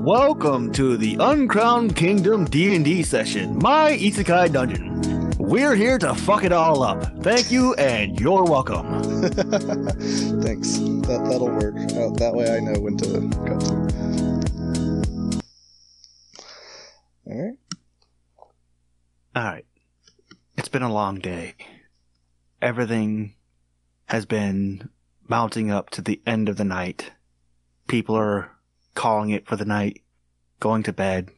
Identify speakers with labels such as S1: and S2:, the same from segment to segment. S1: Welcome to the Uncrowned Kingdom D&D session, my isekai dungeon. We're here to fuck it all up. Thank you, and you're welcome.
S2: Thanks. That that'll work. Uh, that way I know when to cut. All right.
S1: All right. It's been a long day. Everything has been mounting up to the end of the night. People are calling it for the night, going to bed,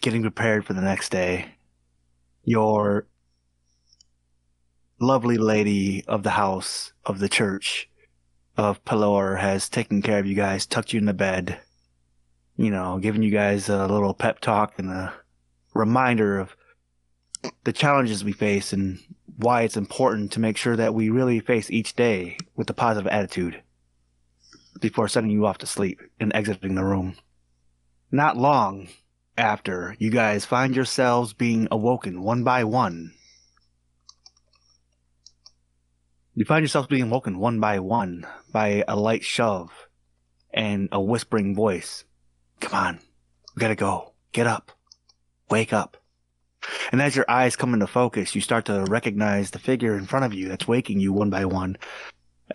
S1: getting prepared for the next day. Your lovely lady of the house, of the church, of Pelor has taken care of you guys, tucked you in the bed, you know, giving you guys a little pep talk and a reminder of the challenges we face and why it's important to make sure that we really face each day with a positive attitude before sending you off to sleep and exiting the room. Not long after, you guys find yourselves being awoken one by one. You find yourselves being awoken one by one by a light shove and a whispering voice. Come on, we gotta go. Get up. Wake up. And as your eyes come into focus, you start to recognize the figure in front of you that's waking you one by one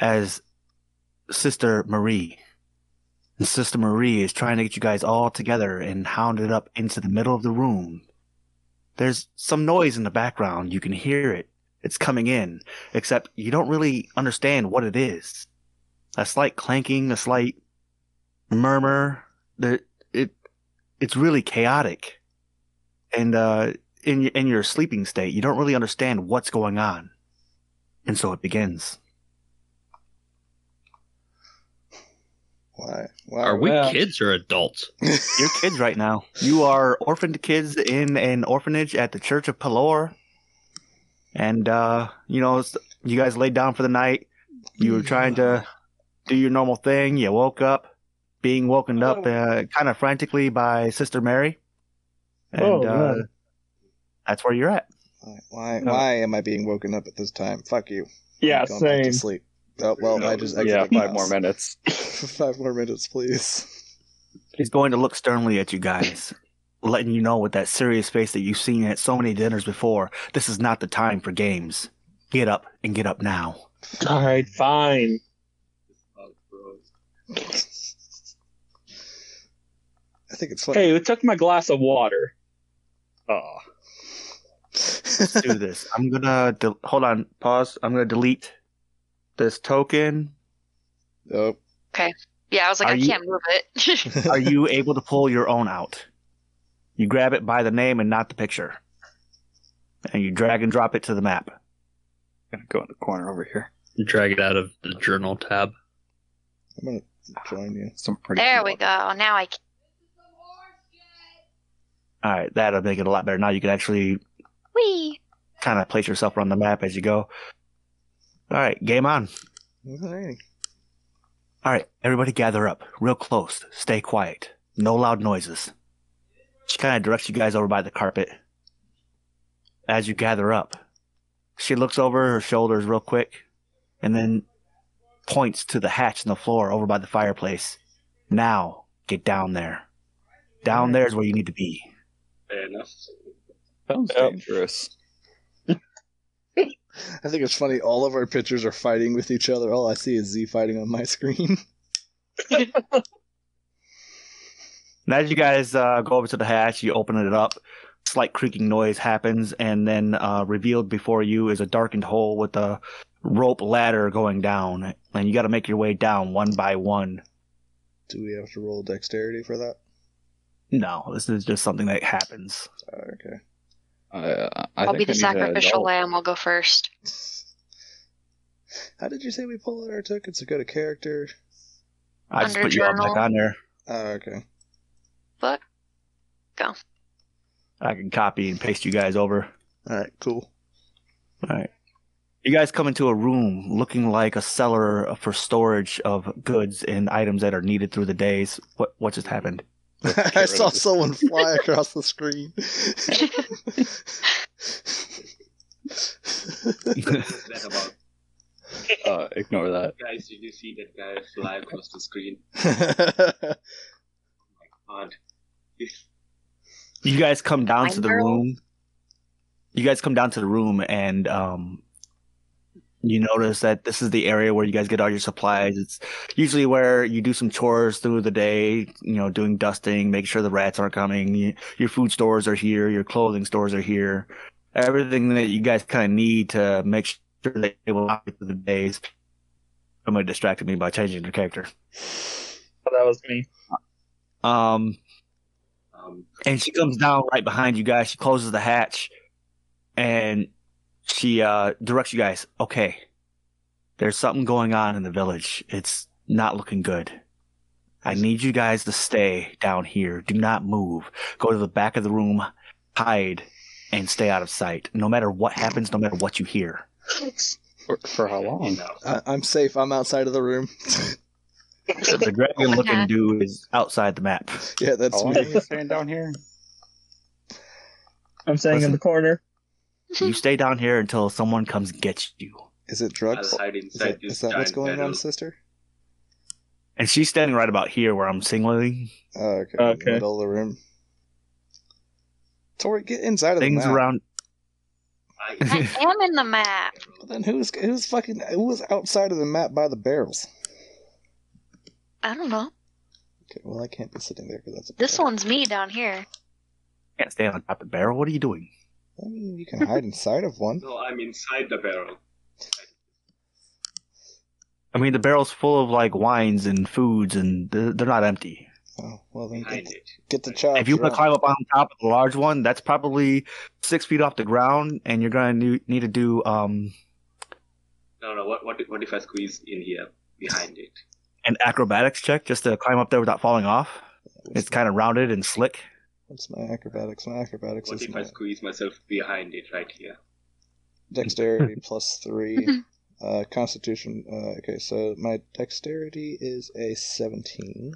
S1: as Sister Marie. And Sister Marie is trying to get you guys all together and hounded up into the middle of the room. There's some noise in the background. You can hear it. It's coming in, except you don't really understand what it is. A slight clanking, a slight murmur. The, it, it's really chaotic. And, uh, in, y- in your sleeping state, you don't really understand what's going on. And so it begins.
S2: Why? Why?
S3: Are we
S4: well.
S3: kids or adults?
S1: You're kids right now. You are orphaned kids in an orphanage at the Church of Pelor. And, uh, you know, it's- you guys laid down for the night. You were trying to do your normal thing. You woke up, being woken up
S4: Oh.
S1: uh, kind of frantically by Sister Mary. And
S4: Oh,
S1: uh,
S4: man.
S1: that's where you're at.
S2: Why? Why,
S4: No.
S2: why am I being woken up at this time? Fuck you.
S4: Yeah,
S2: I'm going back
S4: same.
S2: to sleep. Oh well, I just
S4: yeah,
S2: exited my
S4: five more
S2: house.
S4: minutes.
S2: five more minutes, please.
S1: He's going to look sternly at you guys, letting you know with that serious face that you've seen at so many dinners before, this is not the time for games. Get up and get up now.
S4: All right, fine.
S2: I think it's funny.
S4: Hey, who took my glass of water?
S3: Oh,
S1: do this. I'm gonna del hold on. Pause. I'm gonna delete this token.
S2: oh,
S5: Yeah, I was like,
S1: Are
S5: I
S1: you-
S5: can't move it.
S1: Are you able to pull your own out? You grab it by the name and not the picture, and you drag and drop it to the map.
S6: gonna go in the corner over here.
S3: drag it out of the journal tab.
S2: I'm gonna join you.
S6: Some pretty.
S5: there
S6: cool
S5: we
S6: ones.
S5: go. Now I can.
S1: All right, that'll make it a lot better. Now you can actually
S5: Wee.
S1: kind of place yourself around the map as you go. All right, game on.
S2: Alrighty.
S1: All right, everybody gather up real close. Stay quiet. No loud noises. She kind of directs you guys over by the carpet. As you gather up, she looks over her shoulders real quick and then points to the hatch in the floor over by the fireplace. Now, get down there. Down there is where you need to be.
S6: Sounds
S4: Yep.
S6: dangerous.
S2: I think it's funny. All of our pictures are fighting with each other. All I see is Z fighting on my screen.
S1: And as you guys uh, go over to the hatch, you open it up. Slight creaking noise happens, and then uh, revealed before you is a darkened hole with a rope ladder going down. And you got to make your way down one by one.
S2: Do we have to roll dexterity for that?
S1: No, this is just something that happens.
S2: Oh, okay.
S6: Uh, I
S5: I'll
S6: think
S5: be the
S6: I need uh, an
S5: sacrificial
S6: adult.
S5: lamb. I'll go first.
S2: How did you say we pull out our tokens to go to character?
S1: I just
S5: Under
S1: put you all
S5: journal.
S1: back on there.
S2: Oh, okay.
S5: Book.
S1: I can copy and paste you guys over.
S2: All right, cool.
S1: You guys come into a room looking like a cellar for storage of goods and items that are needed through the days. What what just happened?
S2: I
S6: rid
S2: saw
S6: of this.
S2: someone fly across the screen.
S7: that about
S6: Uh, ignore that.
S7: guys did you see that guy fly across the screen
S2: I
S7: my on.
S1: You guys come down to the
S5: Finder?
S1: room. You guys come down to the room and um you notice that this is the area where you guys get all your supplies. It's usually where you do some chores through the day, you know, doing dusting, making sure the rats aren't coming. You, your food stores are here, your clothing stores are here. Everything that you guys kind of need to make sure that they will operate through the days. Somebody distracted me by changing their character.
S4: Oh, that was me.
S1: Um,
S7: Um,
S1: and she comes down right behind you guys. She closes the hatch, and she uh, directs you guys. Okay, there's something going on in the village. It's not looking good. I need you guys to stay down here. Do not move. Go to the back of the room, hide, and stay out of sight. No matter what happens, no matter what you hear.
S6: For, for how
S7: you
S6: long?
S7: know,
S2: I, I'm safe. I'm outside of the room.
S1: The dragon-looking dude is outside the map.
S2: yeah, that's
S6: How long are
S2: me.
S6: Oh, you staying down here?
S4: I'm saying in the corner.
S1: You stay down here until someone comes and gets you.
S2: Is it
S7: I
S2: drugs?
S7: was hiding
S2: Is
S7: inside
S2: that,
S7: this
S2: is that what's
S7: giant
S2: going
S7: meadow.
S2: on, sister?
S1: And she's standing right about here where I'm singling.
S2: Oh, okay. In the
S4: Okay.
S2: middle of the room. Tori, get inside of
S1: Things
S2: the map.
S1: around
S7: I-
S5: I am in the map.
S2: But Then who's who's fucking who was outside of the map by the barrels?
S5: I don't know.
S2: Okay, well I can't be sitting there because that's a
S5: This
S2: barrel.
S5: one's me down here.
S1: can't stand on top of the barrel. What are you doing?
S2: I mean, you can hide inside of one.
S7: No, I'm inside the barrel.
S1: I mean, the barrel's full of like wines and foods, and they're, they're not empty.
S2: Oh, well then
S7: Behind
S2: get,
S7: it.
S2: get the child.
S1: if you want to climb up on top of the large one, that's probably six feet off the ground, and you're gonna ne- need to do um
S7: No, no. What, what, if- what if I squeeze in here behind it?
S1: an acrobatics check just to climb up there without falling off. It's kind of rounded and slick.
S2: What's my acrobatics? My acrobatics is
S7: What if I
S2: my
S7: squeeze myself behind it right here?
S2: dexterity plus three. Uh, constitution. Uh, okay, so my dexterity is a seventeen.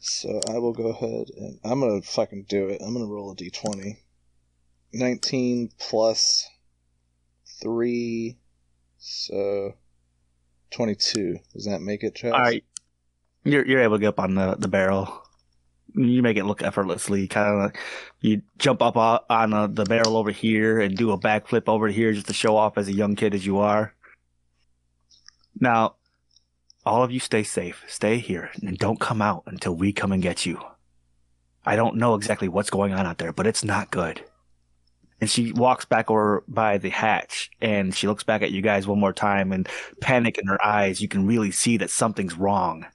S2: So I will go ahead and I'm gonna fucking do it. I'm gonna roll a d twenty. Nineteen plus three, so twenty-two. Does that make it, Chaz?
S1: All right, you're you're able to get up on the the barrel. You make it look effortlessly. Kind of, you jump up o- on uh, the barrel over here and do a backflip over here just to show off as a young kid as you are. Now, all of you stay safe. Stay here and don't come out until we come and get you. I don't know exactly what's going on out there, but it's not good. And she walks back over by the hatch and she looks back at you guys one more time and panic in her eyes. You can really see that something's wrong.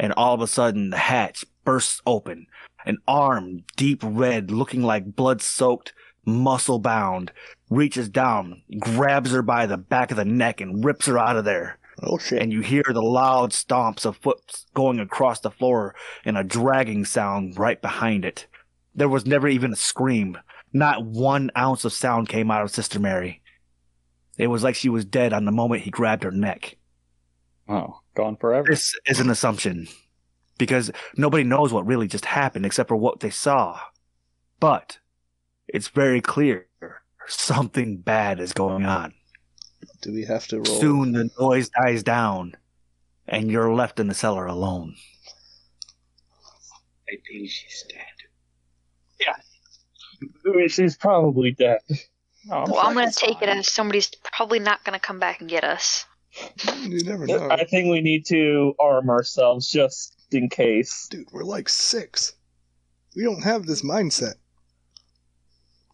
S1: And all of a sudden, the hatch bursts open. An arm, deep red, looking like blood soaked, muscle bound, reaches down, grabs her by the back of the neck, and rips her out of there
S2: Oh shit.
S1: and you hear the loud stomps of foot going across the floor and a dragging sound right behind it. There was never even a scream. Not one ounce of sound came out of Sister Mary. It was like she was dead on the moment he grabbed her neck.
S6: Oh, gone forever.
S1: This is an assumption because nobody knows what really just happened except for what they saw. But it's very clear something bad is going on.
S2: Do we have to roll?
S1: Soon the noise dies down and you're left in the cellar alone.
S7: I think she's dead.
S4: She's probably dead.
S6: Oh,
S5: well, I'm gonna take it as somebody's probably not gonna come back and get us.
S2: You never know,
S4: I think we need to arm ourselves just in case.
S2: dude. We're like six. We don't have this mindset.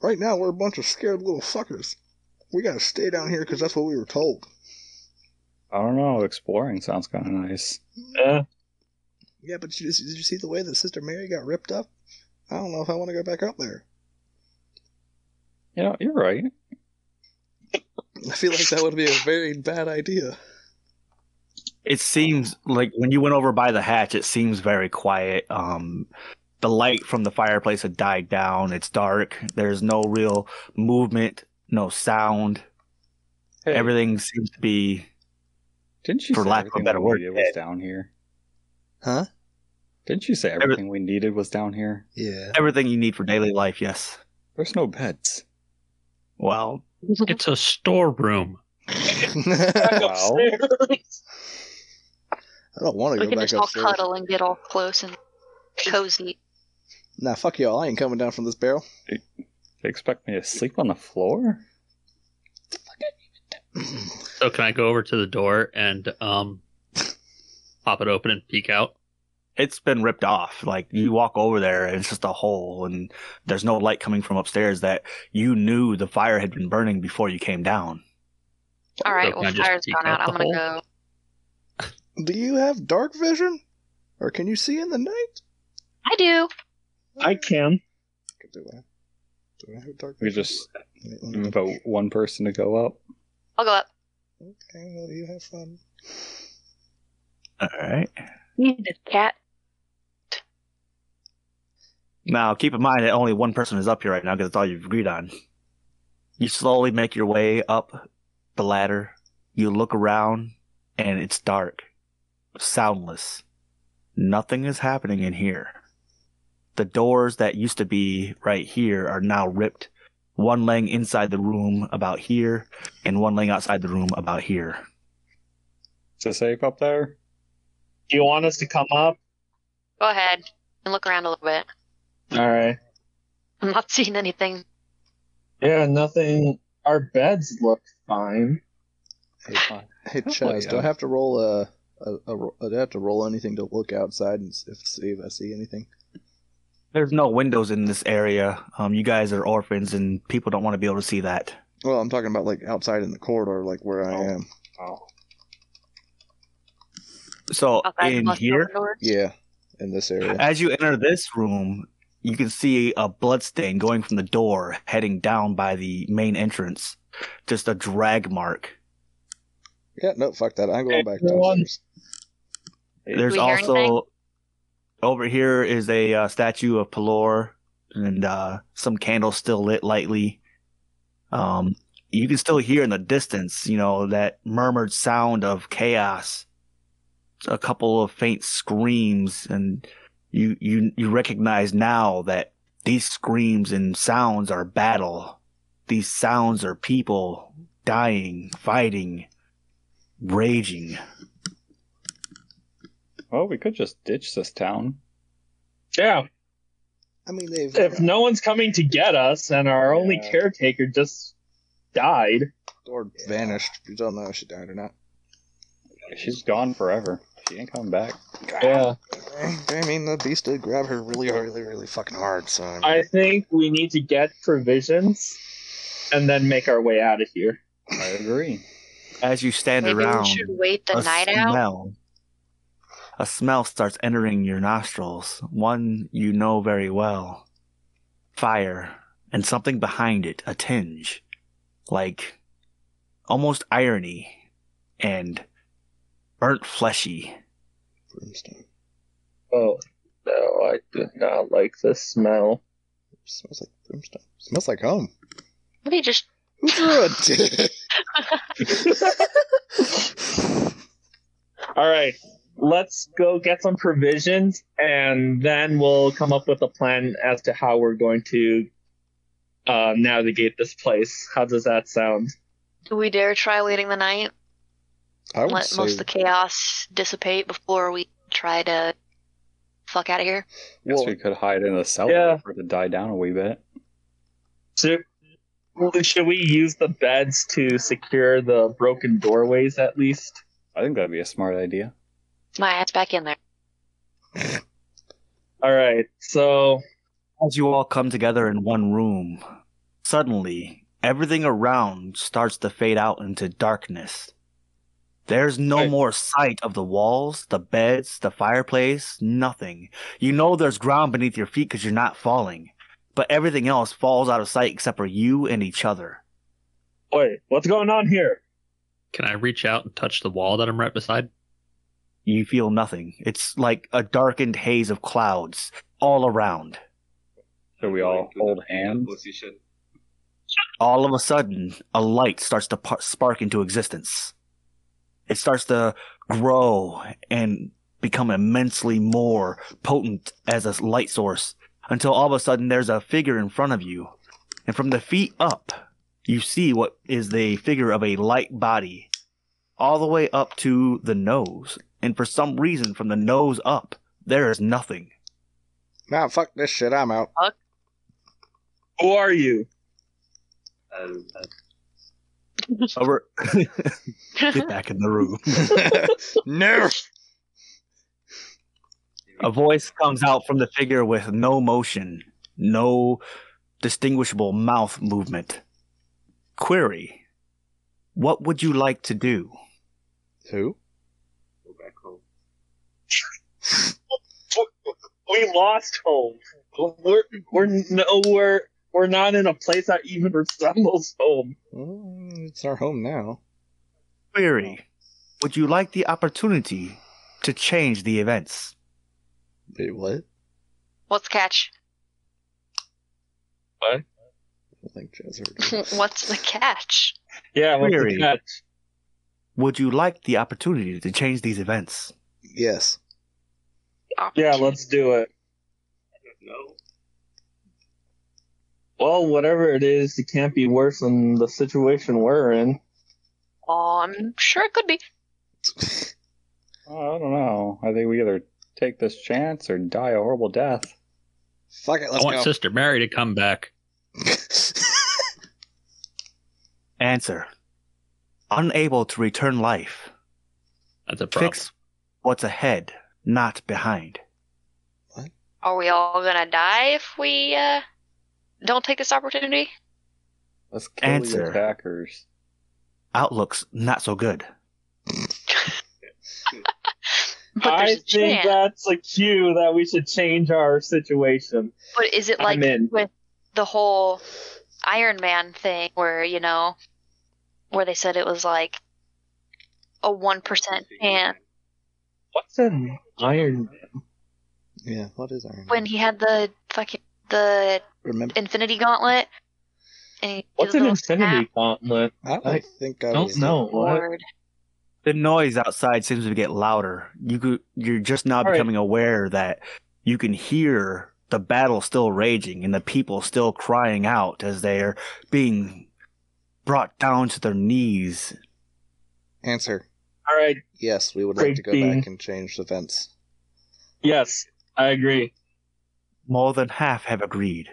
S2: Right now, we're a bunch of scared little fuckers. We gotta stay down here because that's what we were told.
S6: I don't know. Exploring sounds kind of nice.
S4: Eh,
S2: Yeah, but you, did you see the way that Sister Mary got ripped up? I don't know if I want to go back up there.
S6: You know, you're right.
S2: I feel like that would be a very bad idea.
S1: It seems like when you went over by the hatch, it seems very quiet. Um, the light from the fireplace had died down. It's dark. There's no real movement, no sound.
S6: Hey,
S1: Everything seems to be.
S6: didn't she
S1: for
S6: say
S1: lack of a
S6: everything
S1: better
S6: we
S1: word,
S6: needed was
S1: dead.
S6: down here?
S2: Huh?
S6: Didn't you say everything we needed was down here?
S2: Yeah.
S1: Everything you need for daily life, yes.
S6: There's no beds.
S1: Well,
S3: It's a storeroom.
S4: back
S2: I
S6: Wow.
S4: upstairs.
S2: don't want to
S5: We
S2: go
S5: can
S2: back
S5: just all
S2: upstairs.
S5: cuddle and get all close and cozy.
S2: Nah, fuck y'all. I ain't coming down from this barrel.
S6: They expect me to sleep on the floor?
S3: So can I go over to the door and um pop it open and peek out?
S1: It's been ripped off. Like you walk over there and it's just a hole and there's no light coming from upstairs that you knew the fire had been burning before you came down.
S5: All right,
S3: can I
S5: well,
S3: just
S5: fire's
S3: peek
S5: gone
S3: out
S5: out.
S3: the
S5: I'm gonna
S3: hole?
S5: go.
S2: Do you have dark vision, or can you see in the night?
S5: I do.
S4: I can.
S2: Do I? Do I have dark
S6: We
S2: vision?
S6: just
S2: Wait, let
S4: Mm.
S2: me-
S6: vote Mm, one person to go up.
S5: I'll go up.
S2: Okay, well, you have fun.
S1: All right.
S5: Jesus, cat.
S1: Now, keep in mind that only one person is up here right now because it's all you've agreed on. You slowly make your way up the ladder. You look around, and it's dark, soundless. Nothing is happening in here. The doors that used to be right here are now ripped, one laying inside the room about here, and one laying outside the room about here.
S6: Is it safe up there?
S4: Do you want us to come up?
S5: Go ahead and look around a little bit.
S4: All right.
S5: I'm not seeing anything.
S4: Yeah, nothing. Our beds look fine.
S2: Hey,
S6: Oh,
S2: Chaz, do I
S6: yeah.
S2: have to roll a, a, a ro- do I have to roll anything to look outside and s- if see if I see anything?
S1: There's no windows in this area. Um, you guys are orphans, and people don't want to be able to see that.
S2: Well, I'm talking about like outside in the corridor, like where I
S6: Oh.
S2: am.
S6: Oh.
S1: So
S5: Outside
S1: in
S5: unless the
S1: here,
S5: doors-
S2: Yeah, in this area.
S1: As you enter this room, you can see a bloodstain going from the door, heading down by the main entrance. Just a drag mark.
S2: Yeah, no, fuck that. I'm going back
S4: Everyone-
S2: downstairs.
S1: There's
S5: we hear anything?
S1: also over here is a uh, statue of Pelor and uh, some candles still lit lightly. Um, you can still hear in the distance, you know, that murmured sound of chaos. A couple of faint screams, and you you you recognize now that these screams and sounds are battle. These sounds are people dying, fighting, raging.
S6: Well, Oh, we could just ditch this town.
S4: Yeah.
S2: I mean, they've. uh,
S4: If no one's coming to get us and our only
S2: Yeah.
S4: caretaker just died,
S2: or vanished. You don't know if she died or not.
S6: She's gone forever. She ain't coming back.
S4: yeah.
S2: I mean, the beast did grab her really, really, really fucking hard. So I mean,
S4: I think we need to get provisions and then make our way out of here.
S6: I agree.
S1: As you stand
S5: Maybe
S1: around,
S5: we should wait the
S1: a
S5: night out.
S1: smell, A smell starts entering your nostrils, one you know very well. Fire, and something behind it, a tinge. Like almost irony and burnt fleshy.
S2: broomstone
S4: Oh no, I do not like this smell.
S2: smells like broomstone. Smells like home.
S5: Maybe just
S2: Who threw a dick?
S4: All right, let's go get some provisions, and then we'll come up with a plan as to how we're going to uh, navigate this place. How does that sound?
S5: do we dare try waiting the night?
S2: I would
S5: Let
S2: say.
S5: most of the chaos dissipate before we try to fuck out of here.
S6: Guess
S2: well,
S6: we could hide in the cellar
S4: Yeah.
S6: for it to die down a wee bit.
S4: Should, should we use the beds to secure the broken doorways at least?
S6: I think that'd be a smart idea.
S5: My ass back in there.
S4: All right, so
S1: As you all come together in one room, suddenly everything around starts to fade out into darkness. There's no
S6: Right.
S1: more sight of the walls, the beds, the fireplace, nothing. You know there's ground beneath your feet because you're not falling, but everything else falls out of sight except for you and each other.
S4: wait, what's going on here?
S3: Can I reach out and touch the wall that I'm right beside?
S1: You feel nothing. It's like a darkened haze of clouds all around.
S6: Should we
S7: Going
S6: all
S7: to the
S6: hold hands?
S7: Position.
S1: all of a sudden, a light starts to par- spark into existence. It starts to grow and become immensely more potent as a light source until all of a sudden there's a figure in front of you. And from the feet up, you see what is the figure of a light body all the way up to the nose. And for some reason, from the nose up, there is nothing.
S2: Nah, fuck this shit. I'm out.
S4: Who are you?
S7: I'll, I'll
S1: Over. Get back in the room.
S2: no.
S1: A voice comes out from the figure with no motion, no distinguishable mouth movement. Query What would you like to do?
S2: Who?
S7: go back home.
S4: We lost home. We're, we're nowhere. We're not in a place that even resembles home.
S2: Mm, it's our home now.
S1: Query Would you like the opportunity to change the events?
S2: Wait, what?
S5: What's catch?
S2: I think Jazz heard. it.
S5: What's the catch?
S4: Yeah, what's the
S1: Query.
S4: catch?
S1: Would you like the opportunity to change these events?
S2: yes.
S4: Yeah, let's do it.
S7: No.
S4: Well, whatever it is, it can't be worse than the situation we're in.
S5: Oh, I'm sure it could be.
S6: Oh, I don't know. I think we either take this chance or die a horrible death.
S2: Fuck it. Let's
S3: I want
S2: go.
S3: Sister Mary to come back.
S1: Answer Unable to return life.
S3: That's a problem.
S1: Fix what's ahead, not behind.
S5: Are we all gonna die if we uh, don't take this opportunity?
S6: Let's kill
S1: Answer.
S6: the attackers.
S1: Outlook's not so good.
S5: But
S4: I
S5: there's a
S4: think
S5: chance.
S4: that's a cue that we should change our situation.
S5: But is it like
S4: I'm in.
S5: with the whole Iron Man thing where, you know, where they said it was like a 1% chance
S4: What's an iron?
S2: yeah. What is our?
S5: when he had the fucking the
S2: Remember?
S5: Infinity Gauntlet? And he
S4: What's
S5: did
S4: an
S5: the little
S4: infinity
S5: snap
S4: gauntlet?
S2: I don't
S4: I
S2: think I
S4: Don't
S2: was-
S4: know. What?
S5: forward.
S1: The noise outside seems to get louder. You could, you're just now
S4: right.
S1: becoming aware that you can hear the battle still raging and the people still crying out as they're being brought down to their knees.
S2: Answer.
S4: All right.
S2: Yes, we would like to go
S4: Creepy.
S2: back and change the fence.
S4: Yes, I agree.
S1: More than half have agreed.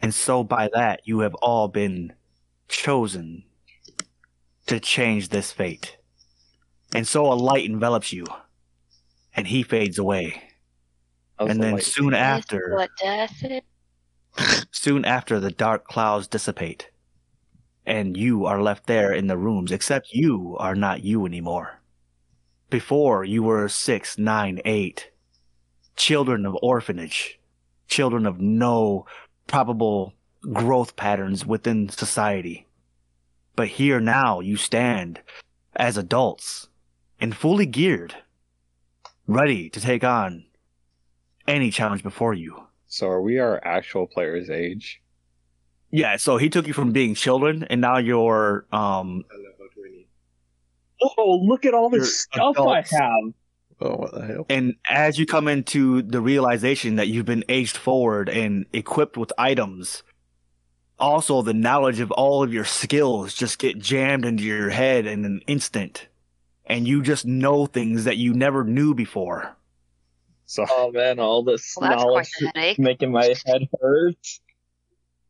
S1: And so by that, you have all been chosen to change this fate. And so a light envelops you, and he fades away.
S6: How's
S1: and
S6: the
S1: then
S6: light?
S1: soon after.
S5: What death it-
S1: Soon after, the dark clouds dissipate, and you are left there in the rooms, except you are not you anymore. Before, you were six, nine, eight. Children of orphanage, children of no probable growth patterns within society. But here now you stand as adults and fully geared, ready to take on any challenge before you.
S6: So are we our actual player's age?
S1: Yeah, so he took you from being children, and now you're um
S7: I'll about 20.
S4: Oh, look at all this
S1: You're
S4: stuff I
S1: adults.
S4: have.
S2: Oh, what the hell?
S1: and as you come into the realization that you've been aged forward and equipped with items, also the knowledge of all of your skills just get jammed into your head in an instant, and you just know things that you never knew before.
S6: So
S4: Oh man, all this
S5: Well, that's
S4: knowledge
S5: quite a headache.
S4: is making my head hurt.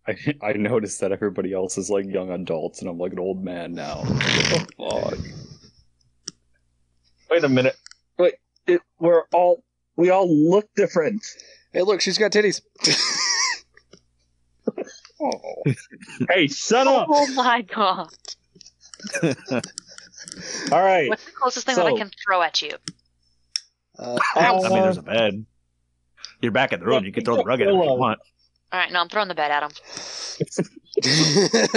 S6: I, I noticed that everybody else is like young adults, and I'm like an old man now. Fuck.
S4: Wait a minute. Wait, it, we're all we all look different.
S2: Hey, look, she's got titties.
S6: Oh.
S4: Hey, shut up!
S5: Oh my god. Oh.
S4: All right.
S5: What's the closest thing that
S4: So-
S5: I can throw at you?
S2: uh,
S1: I mean, there's a bed. You're back in the room. You can throw the rug at him if you want.
S5: All right, no, I'm throwing the bed at him.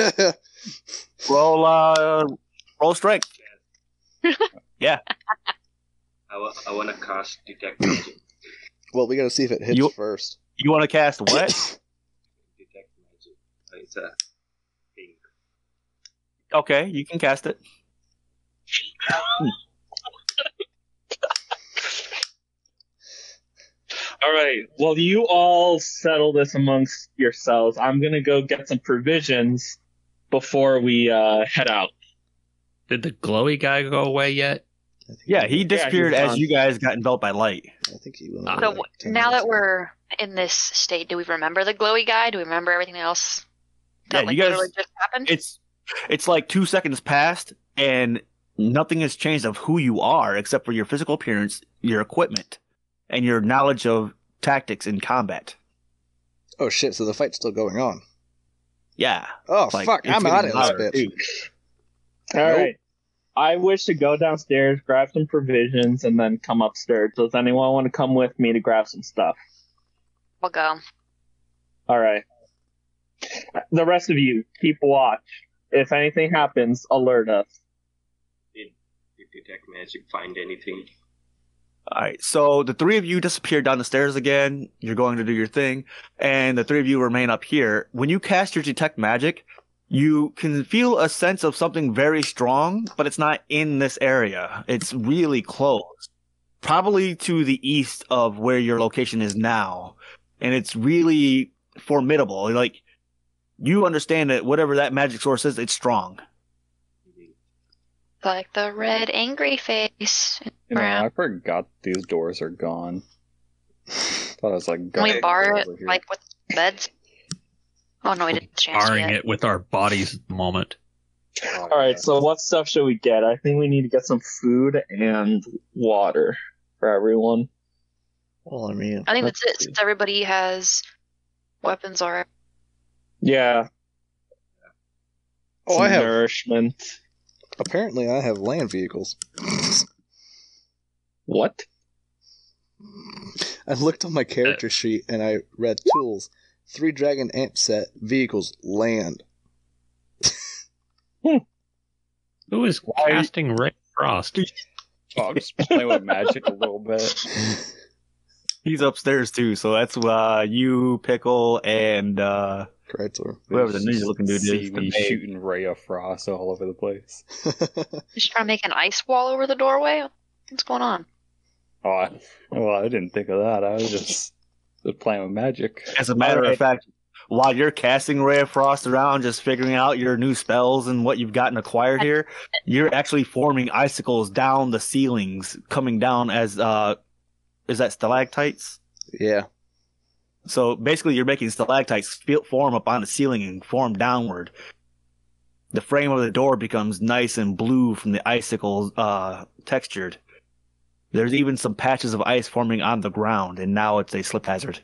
S1: Roll, uh, roll strength.
S7: I, wa- I want to cast detect magic.
S2: well, we gotta see if it hits
S1: You-
S2: first.
S1: You want to cast what?
S7: detect magic. Uh, It's a thing.
S1: Okay, you can cast it.
S4: All right. Well, you all settle this amongst yourselves. I'm gonna go get some provisions before we uh, head out.
S3: Did the glowy guy go away yet?
S2: I think
S1: Yeah, he
S2: will-
S1: disappeared
S4: he's
S1: as
S4: gone.
S1: you guys got enveloped by light.
S2: I think he will. in,
S3: So
S2: like,
S5: So
S2: 10
S5: now
S2: minutes.
S5: that we're in this state, do we remember the glowy guy? Do we remember everything else that
S1: Yeah,
S5: like
S1: you guys-
S5: literally just happened?
S1: It's it's like two seconds passed and nothing has changed of who you are except for your physical appearance, your equipment, and your knowledge of tactics in combat.
S2: Oh shit! So the fight's still going on.
S1: Yeah.
S2: Oh
S1: it's like,
S2: fuck!
S1: it's
S2: I'm out of
S1: getting
S2: this
S1: louder,
S2: bitch.
S1: too.
S4: All
S2: Nope.
S4: right. I wish to go downstairs, grab some provisions, and then come upstairs. Does anyone want to come with me to grab some stuff?
S5: we'll go.
S4: All right. The rest of you, keep watch. If anything happens, alert us.
S7: Did detect magic find anything?
S1: All right. So the three of you disappear down the stairs again. You're going to do your thing, and the three of you remain up here. When you cast your detect magic, you can feel a sense of something very strong, but it's not in this area. It's really close, probably to the east of where your location is now, and it's really formidable. Like you understand that whatever that magic source is, it's strong.
S5: Like the red angry face.
S6: You know,
S5: Wow.
S6: I forgot these doors are gone. Thought I was like,
S5: Can we
S6: God,
S5: bar
S6: doors
S5: it
S6: are here.
S5: like with beds? Oh no, we didn't chance
S3: Barring
S5: yet.
S3: it with our bodies at the moment.
S6: Oh,
S4: All
S6: yeah.
S4: right. So what stuff should we get? I think we need to get some food and water for everyone.
S2: Well, I mean,
S5: I think
S2: let's
S5: that's it.
S2: see.
S5: Since everybody has weapons already.
S4: Yeah.
S2: Oh,
S4: some
S2: I have.
S4: nourishment.
S2: Apparently, I have land vehicles.
S4: What?
S2: I looked on my character
S5: Uh.
S2: sheet and I read tools, three dragon amp set, vehicles, land.
S3: Who is
S4: Why-
S3: casting Ray Frost?
S6: Oh, I'm just playing with magic a little bit.
S1: He's upstairs too, so that's uh, you, pickle, and uh,
S2: Kreitzer.
S1: Whoever the ninja looking dude
S6: See
S1: is, the
S6: me
S1: maid.
S6: shooting Ray of Frost all over the place.
S5: You should try to make an ice wall over the doorway. What's going on?
S6: Oh, I, well, I didn't think of that. I was just, just playing with magic.
S1: As a matter of
S4: Alright.
S1: fact, while you're casting Ray of Frost around, just figuring out your new spells and what you've gotten acquired here, you're actually forming icicles down the ceilings, coming down as uh, is that stalactites?
S2: yeah.
S1: So basically, you're making stalactites feel- form up on the ceiling and form downward. The frame of the door becomes nice and blue from the icicles uh, textured. There's even some patches of ice forming on the ground, and now it's a slip hazard.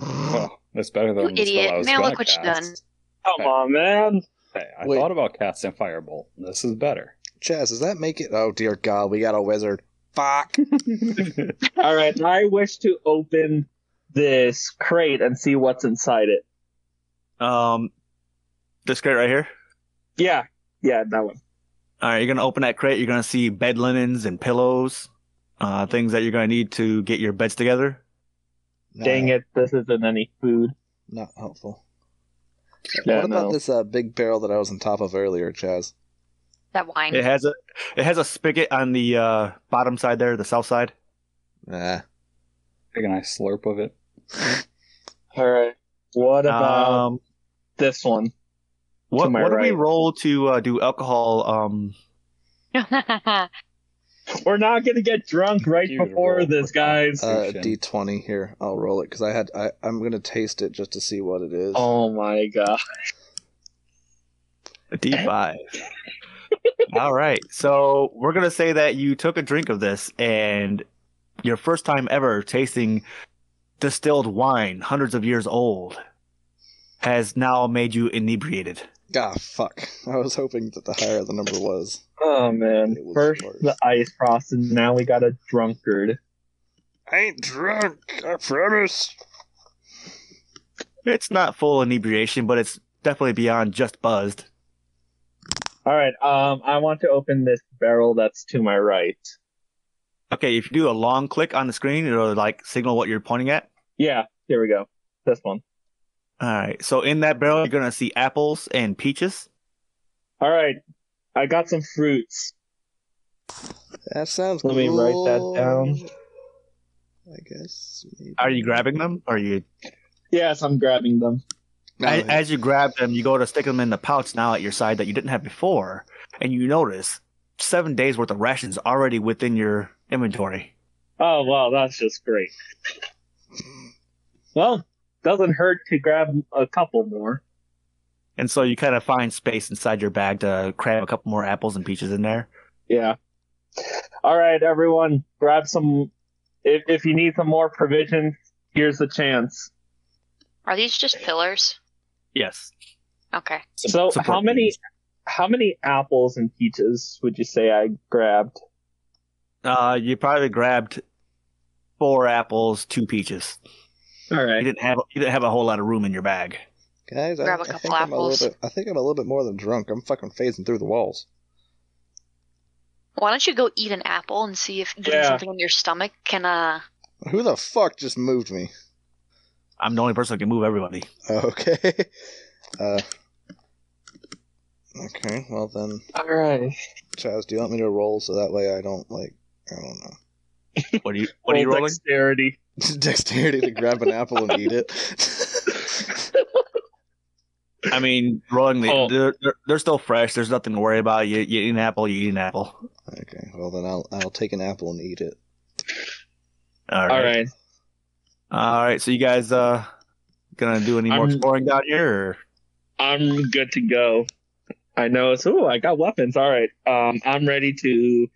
S6: Well, Oh, that's better than
S5: You
S6: the spell
S5: idiot.
S6: I was
S5: Man,
S6: gonna
S5: look what you
S6: cast.
S4: Come on, man.
S6: Hey, I
S2: Wait.
S6: thought about casting Firebolt. This is better.
S2: Chaz, does that make it? Oh dear God, we got a wizard. Fuck.
S4: All right. I wish to open this crate and see what's inside it.
S1: Um, this crate right here.
S4: Yeah. Yeah, that one.
S1: All right, you're gonna open that crate. You're gonna see bed linens and pillows, uh, things that you're gonna need to get your beds together.
S2: No,
S4: Dang it, this isn't any food.
S2: Not helpful.
S4: Yeah,
S2: what about
S4: no.
S2: this uh, big barrel that I was on top of earlier, Chaz?
S5: That wine.
S1: It has a it has a spigot on the uh, bottom side there, the south side.
S2: Nah.
S6: Take a nice slurp of it.
S4: All right. What about
S1: Um,
S4: this one?
S1: what
S4: to my
S1: what do we
S4: right.
S1: roll to uh, do alcohol? Um,
S4: We're not gonna get drunk right
S6: Dude,
S4: before
S6: roll
S4: this,
S6: for
S4: guys.
S2: Uh,
S6: Constitution.
S2: D twenty here. I'll roll it because I had. I, I'm gonna taste it just to see what it is.
S4: Oh my god.
S1: a D five. All right, so we're gonna say that you took a drink of this and your first time ever tasting distilled wine, hundreds of years old, has now made you inebriated.
S2: Ah, fuck. I was hoping that the higher the number was.
S4: Oh man.
S2: It was
S4: First
S2: worse.
S4: the ice frost, and now we got a drunkard.
S2: I ain't drunk. I promise.
S1: It's not full inebriation, but it's definitely beyond just buzzed.
S4: All right. Um, I want to open this barrel that's to my right.
S1: Okay, if you do a long click on the screen, it'll like signal what you're pointing at.
S4: Yeah. Here we go. This one.
S1: All right, so in that barrel, you're gonna see apples and peaches.
S4: All right. I got some fruits.
S2: That sounds.
S4: Let me write that
S2: cool.
S4: down.
S2: I guess. maybe-
S1: Are you grabbing them? Are you?
S4: Yes, I'm grabbing them.
S2: No,
S1: A-
S2: I-
S1: As you grab them, you go to stick them in the pouch now at your side that you didn't have before, and you notice seven days worth of rations already within your inventory.
S4: Oh wow, that's just great. Well, doesn't hurt to grab a couple more.
S1: And so you kind of find space inside your bag to cram a couple more apples and peaches in there.
S4: Yeah. All right, everyone, grab some. If if you need some more provisions, here's the chance.
S5: Are these just pillars?
S1: Yes.
S5: Okay.
S4: So
S1: support
S4: how many
S1: means.
S4: how many apples and peaches would you say I grabbed?
S1: Uh, you probably grabbed four apples, two peaches.
S4: All
S1: You
S4: right.
S1: didn't have you didn't have a whole lot of room in your bag.
S2: Guys, I,
S5: Grab a
S2: I
S5: couple
S2: think I'm a
S5: apples.
S2: little bit. I think I'm a little bit more than drunk. I'm fucking phasing through the walls.
S5: Why don't you go eat an apple and see if getting
S4: Yeah.
S5: something in your stomach can uh
S2: Who the fuck just moved me?
S1: I'm the only person that can move everybody.
S2: Okay. Uh. Okay. Well then,
S4: All right.
S2: Chaz, do you want me to roll so that way I don't like I don't know
S1: What are you What are you
S4: Roll
S1: rolling?
S4: Dexterity.
S2: dexterity to grab an apple and eat it?
S1: I mean, rolling. The,
S3: Oh.
S1: they're, they're they're still fresh. There's nothing to worry about. You, you eat an apple. You eat an apple.
S2: okay. Well then, I'll I'll take an apple and eat it.
S1: All right.
S4: All right.
S1: All right, so you guys uh gonna do any more
S4: I'm-
S1: exploring down here? Or...
S4: I'm good to go. I know it's oh I got weapons. All right. Um I'm ready to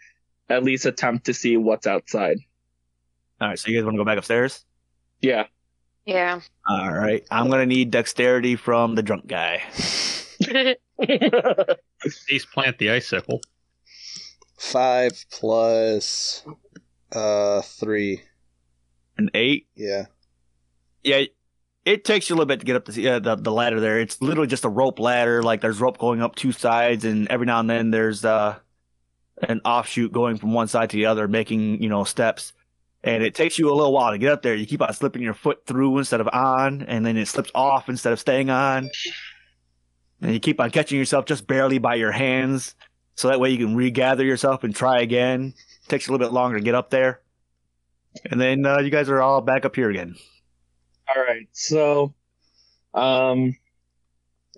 S4: at least attempt to see what's outside.
S1: All right, so you guys want to go back upstairs?
S4: Yeah.
S5: yeah.
S1: All right, I'm gonna need dexterity from the drunk guy.
S3: Please plant the icicle.
S2: Five plus, uh, three.
S1: An eight.
S2: Yeah.
S1: Yeah, it takes you a little bit to get up the uh, the, the ladder there. It's literally just a rope ladder. Like there's rope going up two sides, and every now and then there's uh an offshoot going from one side to the other, making you know steps. And it takes you a little while to get up there. You keep on slipping your foot through instead of on, and then it slips off instead of staying on. And you keep on catching yourself just barely by your hands, so that way you can regather yourself and try again. takes you a little bit longer to get up there, and then uh, you guys are all back up here again.
S4: All right. So um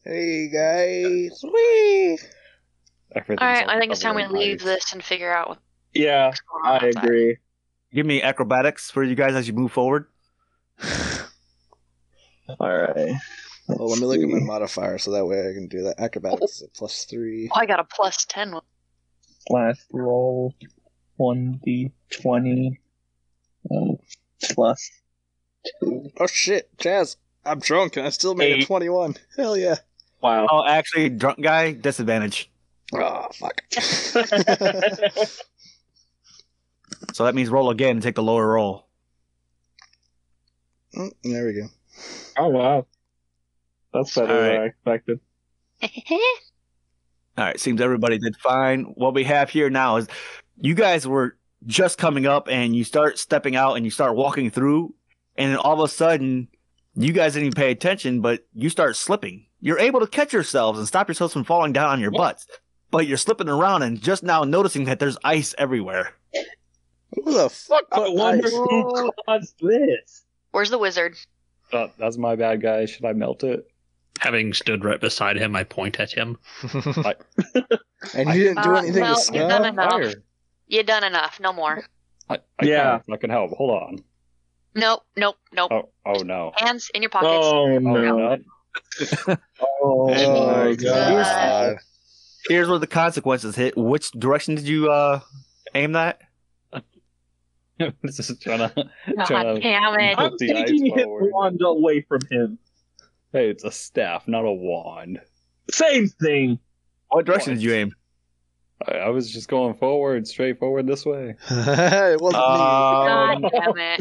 S2: Hey guys, wee.
S6: Everything's
S5: All right,
S6: all
S5: I think it's time
S6: covered
S5: we
S6: in
S5: leave
S6: ice.
S5: this and figure out what's
S4: yeah,
S5: going on.
S4: I
S5: outside.
S4: agree.
S1: Give me acrobatics for you guys as you move forward.
S4: All right.
S2: Well, let me look at my modifier so that way I can do that. Acrobatics is a plus three.
S5: Oh, I got a plus ten. one.
S4: last roll 1d20 um, plus
S2: Oh shit, Jazz, I'm drunk and I still made a
S4: Eight.
S2: 21. Hell yeah.
S4: wow
S1: Oh, actually, drunk guy disadvantage.
S2: Oh fuck.
S4: Oh,
S2: Mm,
S1: So that means roll again and take the lower roll.
S2: Mm, there we go.
S4: oh wow that's better than i expected
S1: All right, seems everybody did fine. What we have here now is you guys were just coming up and you start stepping out and you start walking through, and then all of a sudden, you guys didn't even pay attention, but you start slipping. You're able to catch yourselves and stop yourselves from falling down on your butts, but you're slipping around and just now noticing that there's ice everywhere.
S2: Who the fuck
S4: i
S2: put
S4: wonder
S2: ice?
S4: who caused this
S5: Where's the wizard?
S6: Uh, that's my bad, guy. Should I melt it?
S3: Having stood right beside him, I point at him.
S2: And you didn't do
S5: Uh,
S2: anything
S5: well,
S2: to
S5: you've done
S2: stop?
S5: enough.
S6: Fire.
S5: You done enough? No more.
S6: I, I
S4: Yeah.
S6: Can't fucking help. Hold on.
S5: Nope, nope, nope.
S6: Oh, oh no.
S5: Hands in your pockets.
S4: oh
S6: Oh,
S4: no
S6: no.
S4: oh
S1: Oh,
S4: my
S2: Who's-
S4: god
S1: Here's where the consequences hit. Which direction did you uh aim that?
S6: this is trying to.
S4: Oh,
S5: God damn it!
S6: Put
S4: i'm
S6: the ice
S4: taking his
S6: forward.
S4: wand away from him
S6: Hey, it's a staff, not a wand.
S4: same thing
S1: What direction did you aim?
S6: I, I was just going forward, straight forward this way.
S2: it wasn't
S1: Um,
S5: God damn it!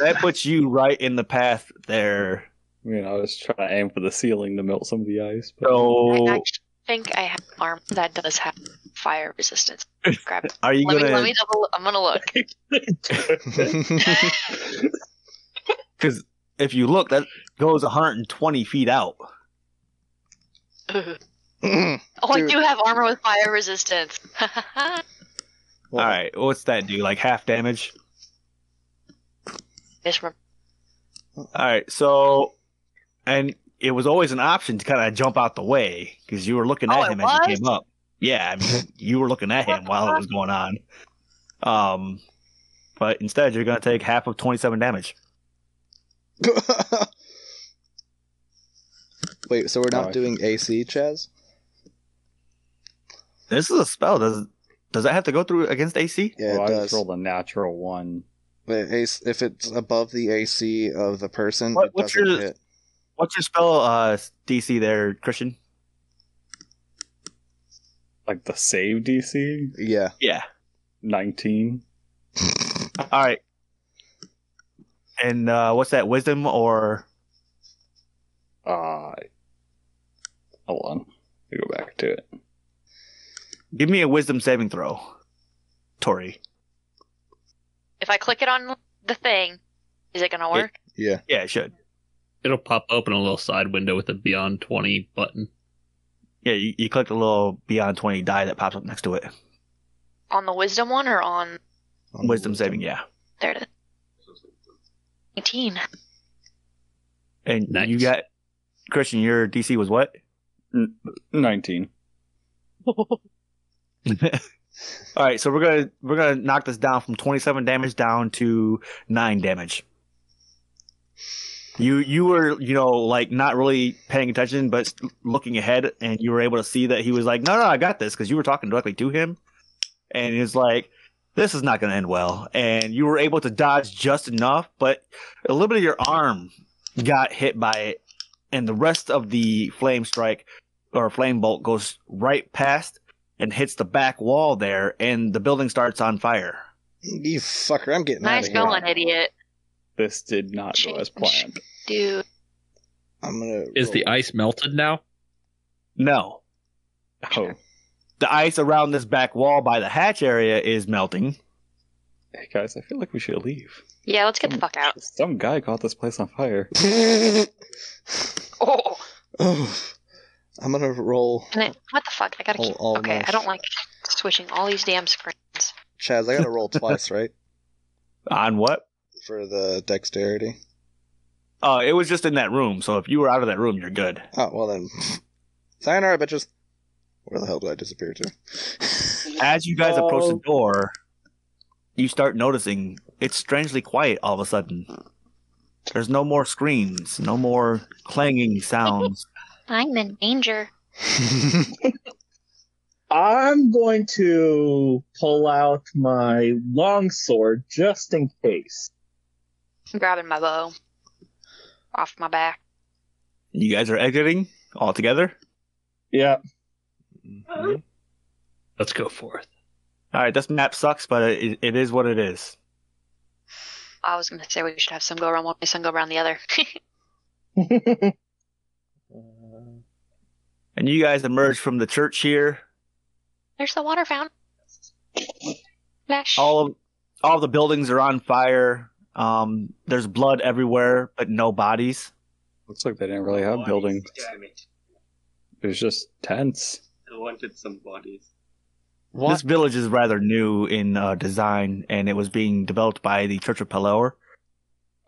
S1: that puts you right in the path there.
S6: I mean, I was trying to aim for the ceiling to melt some of the ice. But
S5: I
S1: So
S5: actually think I have armor that does have fire resistance. Crap.
S1: are you
S5: Let me let
S1: gonna?
S5: me double. I'm gonna look.
S2: me.
S1: Because if you look, that goes 120 feet out.
S5: Oh,
S2: Dude.
S5: I do have armor with fire resistance.
S1: All right, what's that do? Like half damage.
S5: Just rem-
S1: All right, so and it was always an option to kind of jump out the way because you were looking
S5: Oh,
S1: at
S5: it
S1: him as you
S5: was?
S1: came up. Yeah, I mean, you were looking at him while it was going on. Um, but instead, you're going to take half of 27 damage. Uh,
S2: Wait, so we're not
S6: Alright.
S2: doing AC, Chaz?
S1: This is a spell. Does does that have to go through against AC?
S2: Yeah,
S6: well,
S2: it
S6: I
S2: does.
S6: just rolled a natural one.
S2: But AC, if it's above the AC of the person,
S1: What-
S2: it
S1: what's
S2: doesn't
S1: your-
S2: hit.
S1: What's your spell uh, DC there, Christian?
S6: Like the save DC?
S2: Yeah.
S1: Yeah.
S6: 19?
S1: All right. And uh, what's that? Wisdom or
S6: Uh, hold on. Let me go back to it.
S1: give me a wisdom saving throw, Tori.
S5: If I click it on the thing, is it gonna work?
S2: Yeah.
S1: Yeah, it should.
S3: It'll pop open a little side window with a Beyond 20 button.
S1: Yeah, you, you click the little beyond twenty die that pops up next to it.
S5: On the wisdom one or on
S2: Oh,
S1: Wisdom saving, yeah.
S5: there it is. Nineteen.
S1: And
S3: Nice.
S1: you got Christian. Your DC was what?
S6: 19.
S1: All right, so we're gonna we're gonna knock this down from twenty seven damage down to nine damage. You you were you know like not really paying attention, but looking ahead, and you were able to see that he was like, no, no, I got this, because you were talking directly to him, and it's like, this is not gonna end well, and you were able to dodge just enough, but a little bit of your arm got hit by it, and the rest of the flame strike or flame bolt goes right past and hits the back wall there, and the building starts on fire.
S2: You fucker, I'm getting
S5: Nice
S2: out of here.
S5: going, idiot.
S6: This did not go as planned.
S5: Dude.
S2: I'm gonna.
S3: Is the
S2: roll.
S3: ice melted now?
S1: No,
S6: Oh,
S1: the ice around this back wall by the hatch area is melting.
S6: hey guys, I feel like we should leave.
S5: Yeah, let's get the fuck out.
S6: Some guy caught this place on fire.
S5: Oh
S2: Oh, I'm gonna roll.
S5: and it, what the fuck? I gotta
S2: All-
S5: keep
S2: all
S5: Okay,
S2: my
S5: I don't
S2: sh-
S5: like switching all these damn screens.
S2: Chaz, I gotta roll twice, right?
S1: On what?
S2: For the dexterity.
S1: Uh, it was just in that room, so if you were out of that room, you're good.
S2: Oh, well then. Sayonara, bitches. Where the hell did I disappear to?
S1: As you guys approach the door, you start noticing it's strangely quiet all of a sudden. There's no more screams, no more clanging sounds.
S5: I'm in danger.
S4: I'm going to pull out my longsword just in case.
S5: I'm grabbing my bow. Off my back.
S1: you guys are exiting all together.
S4: Yeah.
S2: Mhm.
S3: Let's go forth.
S1: All right, this map sucks, but it, it is what it is.
S5: I was gonna say we should have some go around one place and go around the other.
S4: Uh,
S1: And you guys emerge from the church here
S5: There's the water fountain. Flash.
S1: all of all the buildings are on fire. Um, there's blood everywhere, but no bodies.
S6: Looks like they didn't really have
S7: Bodies,
S6: buildings.
S7: Damn it.
S6: It was just tents.
S7: I wanted some bodies.
S1: This village is rather new in uh, design, and it was being developed by the Church of Pelor.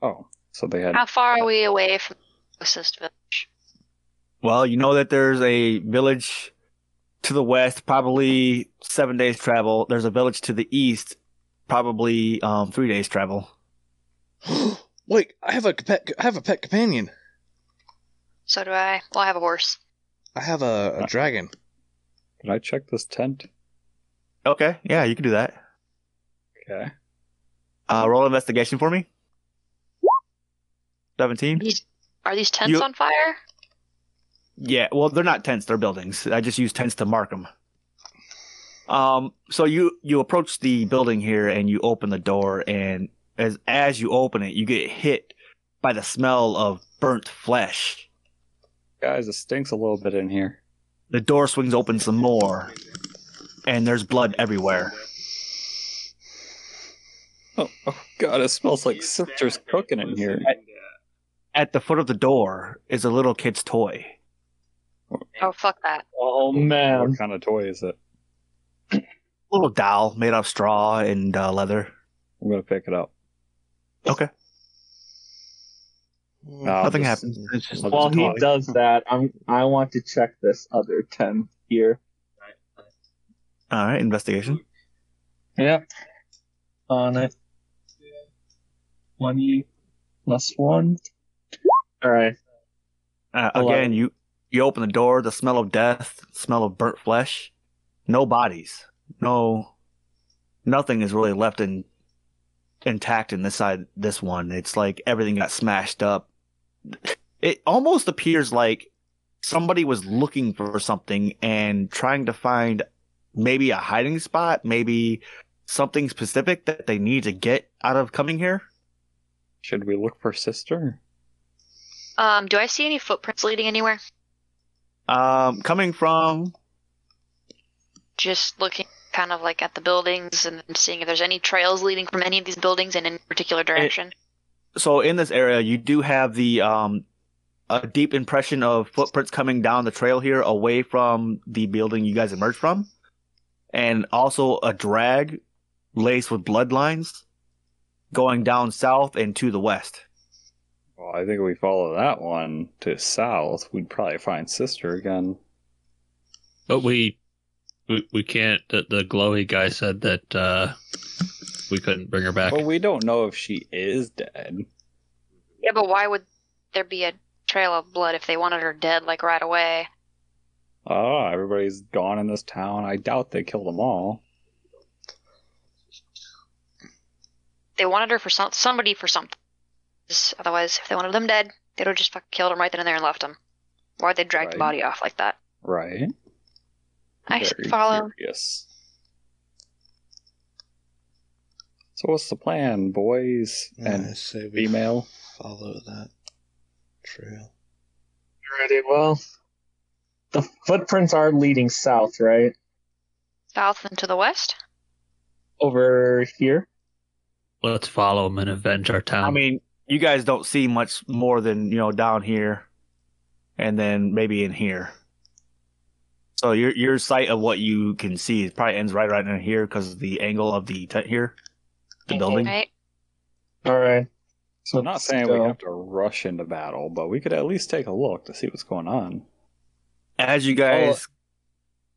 S6: Oh, so they had.
S5: How far are we away from the closest village?
S1: Well, you know that there's a village to the west, probably seven days travel. There's a village to the east, probably um, three days travel.
S2: Wait, I have a pet. I have a pet companion.
S5: So do I. Well, I have a horse.
S2: I have
S1: Uh,
S2: a, a dragon.
S6: Can I check this tent?
S1: Okay, yeah, you can do that.
S6: Okay.
S1: Uh, roll investigation for me. Seventeen.
S5: Are these tents
S1: You-
S5: on fire?
S1: Yeah, well, they're not tents; they're buildings. I just use tents to mark them. Um, so you you approach the building here, and you open the door, and as as you open it, you get hit by the smell of burnt flesh.
S6: Guys, it stinks a little bit in here.
S1: The door swings open some more, and there's blood everywhere.
S6: Oh, oh god, it smells like sisters cooking in here.
S7: uh,
S1: At the foot of the door is a little kid's toy.
S5: Oh, fuck that.
S4: Oh man.
S6: What kind of toy is it?
S1: little doll made out of straw and uh, leather.
S6: I'm gonna pick it up. I'll
S1: Nothing
S6: just-
S1: happens. It's just-
S6: I'll
S4: While
S6: just
S4: he
S6: toss it.
S4: does that, I'm I want to check this other tent here.
S1: All right, investigation.
S4: Yep. On it. Twenty plus one. All right.
S1: Uh,
S4: Hello.
S1: again, you you open the door. The smell of death, smell of burnt flesh, no bodies, no nothing is really left in intact in this side. This one, it's like everything got smashed up. It almost appears like somebody was looking for something and trying to find maybe a hiding spot, maybe something specific that they need to get out of coming here.
S6: Should we look for sister?
S5: Um, do I see any footprints leading anywhere?
S1: Um, coming from
S5: Just looking kind of like at the buildings and seeing if there's any trails leading from any of these buildings in any particular direction.
S1: so in this area you do have the um a deep impression of footprints coming down the trail here away from the building you guys emerged from and also a drag laced with bloodlines going down south and to the west
S6: Well, I think if we follow that one to south, we'd probably find sister again.
S3: But we, we, we can't. The, the glowy guy said that uh, we couldn't bring her back.
S6: But we don't know if she is dead.
S5: Yeah, but why would there be a trail of blood if they wanted her dead like right away?
S6: Oh, everybody's gone in this town. I doubt they killed them all.
S5: They wanted her for some somebody for something. 'Cause Otherwise, if they wanted them dead, they'd have just fucking killed them right then and there and left them. Why'd they drag the
S6: Right.
S5: body off like that?
S6: Right?
S5: I should follow.
S6: Curious. So what's the plan, boys
S2: I
S6: and
S2: say we
S6: female?
S7: Oh,
S2: follow that trail.
S4: Alrighty. Well, the footprints are leading south, right?
S5: South and to the west?
S4: Over here.
S3: Let's follow him and avenge our town.
S1: i mean you guys don't see much more than you know down here and then maybe in here so your your sight of what you can see it probably ends right right in here because of the angle of the tent here the building
S5: Right?
S4: All right.
S6: So I'm not
S4: Let's
S6: saying
S4: go.
S6: we have to rush into battle, but we could at least take a look to see what's going on.
S1: as you guys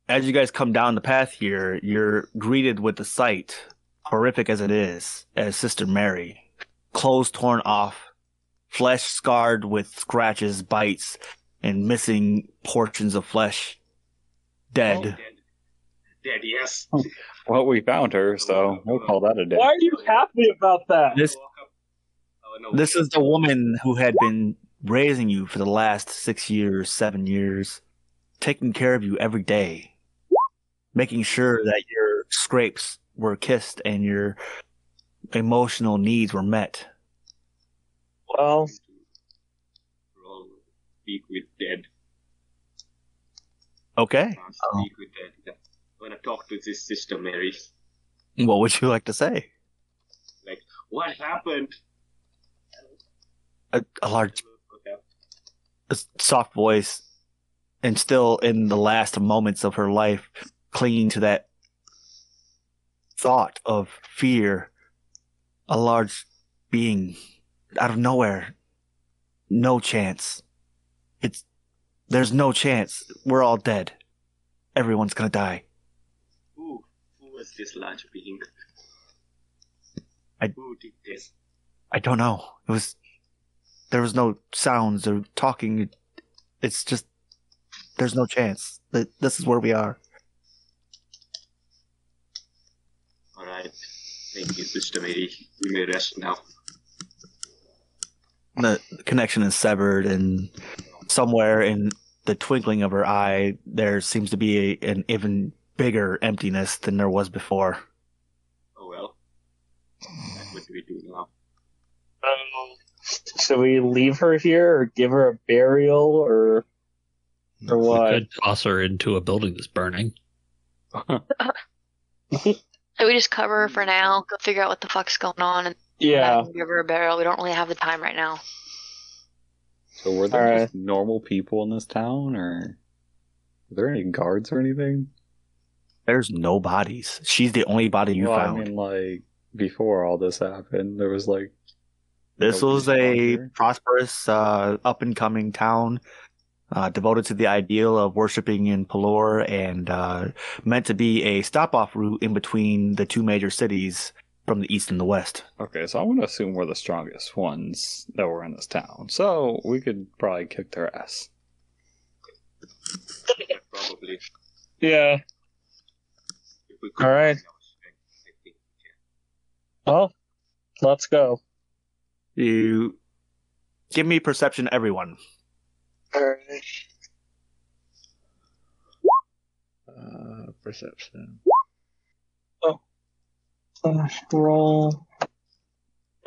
S1: as you guys come down the path here you're greeted with the sight horrific as it is as sister mary clothes torn off flesh scarred with scratches bites and missing portions of flesh dead
S7: Dead. Dead, yes.
S6: Well, we found her, so we'll call that a day.
S4: Why are you happy about that?
S1: This-
S7: Walk up. Oh, no.
S1: this is the woman who had been raising you for the last six years seven years taking care of you every day making sure that your scrapes were kissed and your emotional needs were met
S7: We're
S4: Well,
S7: all Speak with dead.
S1: Okay.
S7: Can't Speak with dead. Yeah. I want to talk to this sister, Mary.
S1: What would you like to say?
S7: What happened?
S1: A, a large, a soft voice, and still in the last moments of her life, clinging to that thought of fear. A large being out of nowhere. No chance. It's, there's no chance. We're all dead. Everyone's gonna die.
S7: Who? Who was this large being?
S1: I-
S7: Who did this?
S1: I don't know. It was there was no sounds or talking. It's just there's no chance. Th- This is where we are.
S7: All right. Thank you, sister Mary. You may rest now.
S1: The connection is severed, and somewhere in the twinkling of her eye, there seems to be a, an even bigger emptiness than there was before.
S7: Oh well. What do we do now?
S4: um, should we leave her here or give her a burial or or
S3: we
S4: what?
S3: could toss her into a building that's burning.
S5: So we just cover
S6: Mm.
S5: her for now, go figure out what the fuck's going on, and
S4: Yeah.
S5: give her a burial. We don't really have the time right now.
S6: So were there
S4: Alright.
S6: just normal people in this town, or were there any guards or anything?
S1: There's no bodies. She's the only body you
S6: well,
S1: found.
S6: I mean, like before all this happened, there was like
S1: this
S6: nobody
S1: was
S6: around
S1: a
S6: here.
S1: prosperous, uh, up and coming town. uh, devoted to the ideal of worshiping in Pelor and uh, meant to be a stop off route in between the two major cities from the east and the west.
S6: Okay, so I'm gonna assume we're the strongest ones that were in this town, so we could probably kick their ass.
S7: Probably.
S4: Yeah.
S7: If we
S4: All right.
S7: I think.
S4: Well, let's go.
S1: You give me perception, everyone.
S2: Uh, perception.
S4: Slash roll.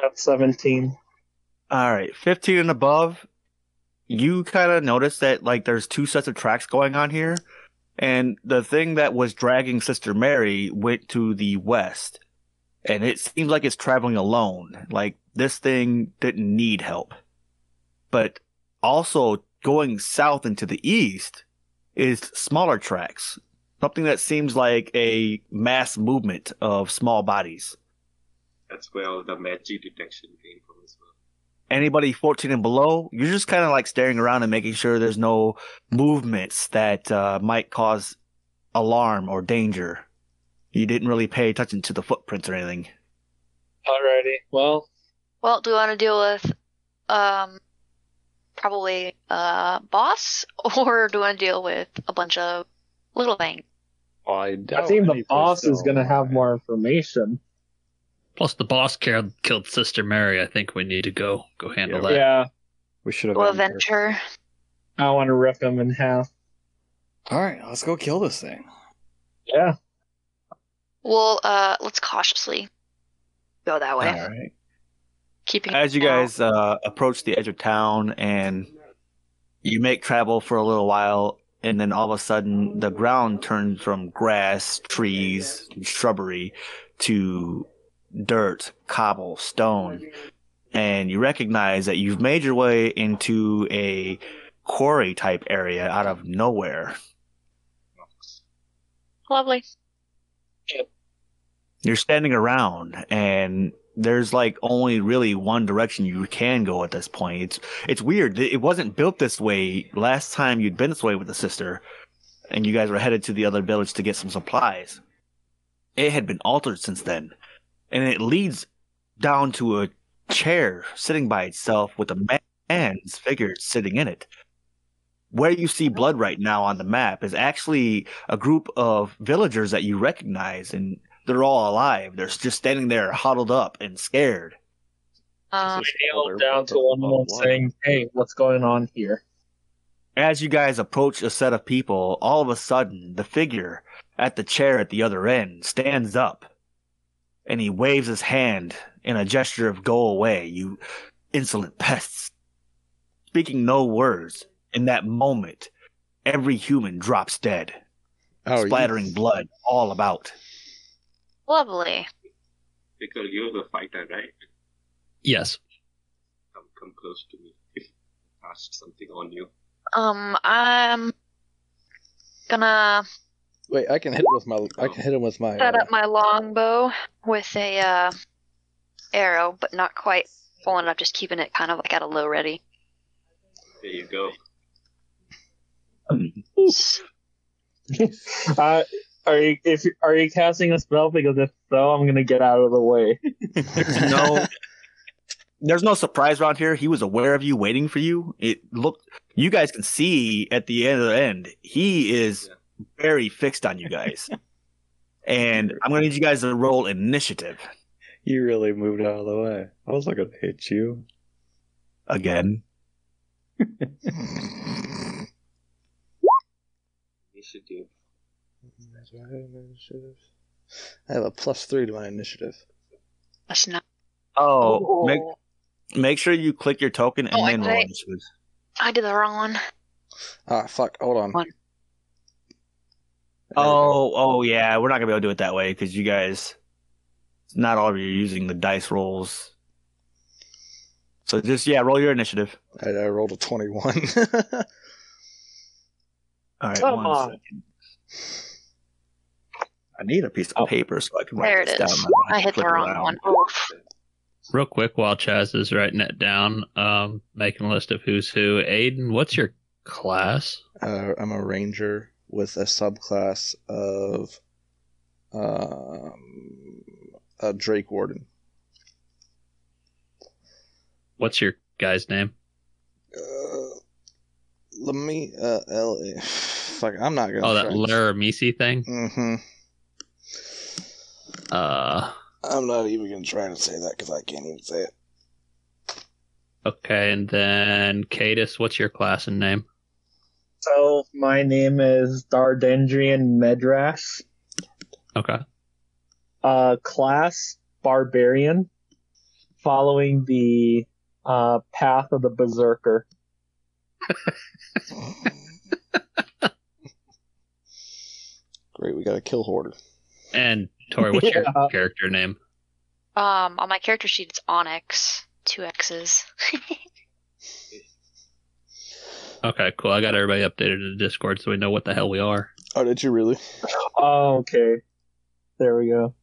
S4: That's 17.
S1: All right, 15 and above, you kind of notice that like there's two sets of tracks going on here. And the thing that was dragging Sister Mary went to the west. And it seems like it's traveling alone. Like this thing didn't need help. But also going south into the east is smaller tracks. Something that seems like a mass movement of small bodies.
S7: That's where all the magic detection came from as well.
S1: anybody 14 and below, you're just kind of like staring around and making sure there's no movements that uh, might cause alarm or danger. You didn't really pay attention to the footprints or anything.
S4: Alrighty. Well,
S5: Well, do we want to deal with, um, probably uh boss, or do we want to deal with a bunch of little things?
S6: I,
S4: I think the boss is going to have more information.
S3: Plus, the boss killed, killed Sister Mary. I think we need to go go handle
S6: Yeah.
S3: that.
S4: Yeah,
S6: We should have.
S5: We'll
S6: been here.
S5: venture.
S4: I want to rip him in half.
S6: All right, let's go kill this thing.
S4: Yeah.
S5: We'll uh, let's cautiously go that way.
S6: All right.
S5: Keeping
S1: As you
S5: an eye out.
S1: guys uh, approach the edge of town and you make travel for a little while, and then all of a sudden the ground turns from grass, trees, shrubbery to dirt, cobble, stone. And you recognize that you've made your way into a quarry type area out of nowhere.
S5: lovely.
S1: You're standing around and there's like only really one direction you can go at this point. It's it's weird. It wasn't built this way last time you'd been this way with the sister, and you guys were headed to the other village to get some supplies. It had been altered since then, and it leads down to a chair sitting by itself with a ma- man's figure sitting in it. Where you see blood right now on the map is actually a group of villagers that you recognize, and they're all alive. They're just standing there, huddled up and scared.
S5: Um,
S4: Nailed down to one of them saying, hey, what's going on here?
S1: As you guys approach a set of people, all of a sudden, the figure at the chair at the other end stands up and he waves his hand in a gesture of go away, you insolent pests. Speaking no words, in that moment, every human drops dead,
S2: Oh, you-
S1: splattering blood all about.
S5: lovely.
S7: Because you're the fighter, right?
S3: Yes.
S7: Come, come close to me. If I cast something on you.
S5: Um, I'm gonna
S2: Wait, I can hit with my. I can hit him with my.
S5: set
S2: uh,
S5: up my longbow with a uh, arrow, but not quite full enough. Just keeping it kind of like at a low ready.
S7: There you go.
S4: Uh, are you if you- are you casting a spell? Because if so, I'm gonna get out of the way.
S1: There's no, there's no surprise around here. He was aware of you, waiting for you. It looked, you guys can see at the end of the end, he is very fixed on you guys. and I'm gonna need you guys to roll initiative
S6: You really moved out of the way. I was not gonna hit you.
S1: again.
S7: Initiative.
S2: I have a plus three to my initiative.
S5: That's not.
S1: Oh, make make sure you click your token and
S5: Oh, I
S1: then roll
S5: clicked.
S1: initiative.
S5: I did the wrong one.
S2: Ah, fuck. Hold on.
S5: One.
S1: Oh, oh yeah, we're not gonna be able to do it that way because you guys, not all of you are using the dice rolls. So just yeah, roll your initiative.
S2: I, I rolled a twenty-one.
S1: All right,
S4: Come
S1: one
S4: on.
S1: second. I need a piece of
S4: Oh.
S1: paper so I can write
S5: There it
S1: this down.
S5: is.
S1: don't have
S5: I
S1: to
S5: hit the
S1: click
S5: wrong
S1: around.
S5: one. Oof.
S3: Real quick, while Chaz is writing it down, um, making a list of who's who. Aiden, what's your class?
S2: Uh, I'm a ranger with a subclass of um, a Drake Warden.
S3: What's your guy's name?
S2: Uh, let me. Uh, L- fuck, I'm not gonna.
S3: Oh, that Laramisi thing.
S2: hmm
S3: Uh,
S2: I'm not even gonna try to say that because I can't even say it.
S3: okay, and then Cadus. What's your class and name?
S4: So my name is Dardendrian Medras.
S3: Okay.
S4: Uh, class barbarian, following the uh, path of the berserker.
S2: Great, we got a kill hoarder.
S3: And Tori, what's
S4: Yeah.
S3: your character name?
S5: Um, on my character sheet, it's Onyx. Two X's.
S3: Okay, cool. I got everybody updated in the Discord so we know what the hell we are.
S2: Oh, did you really?
S4: Oh, okay. There we go.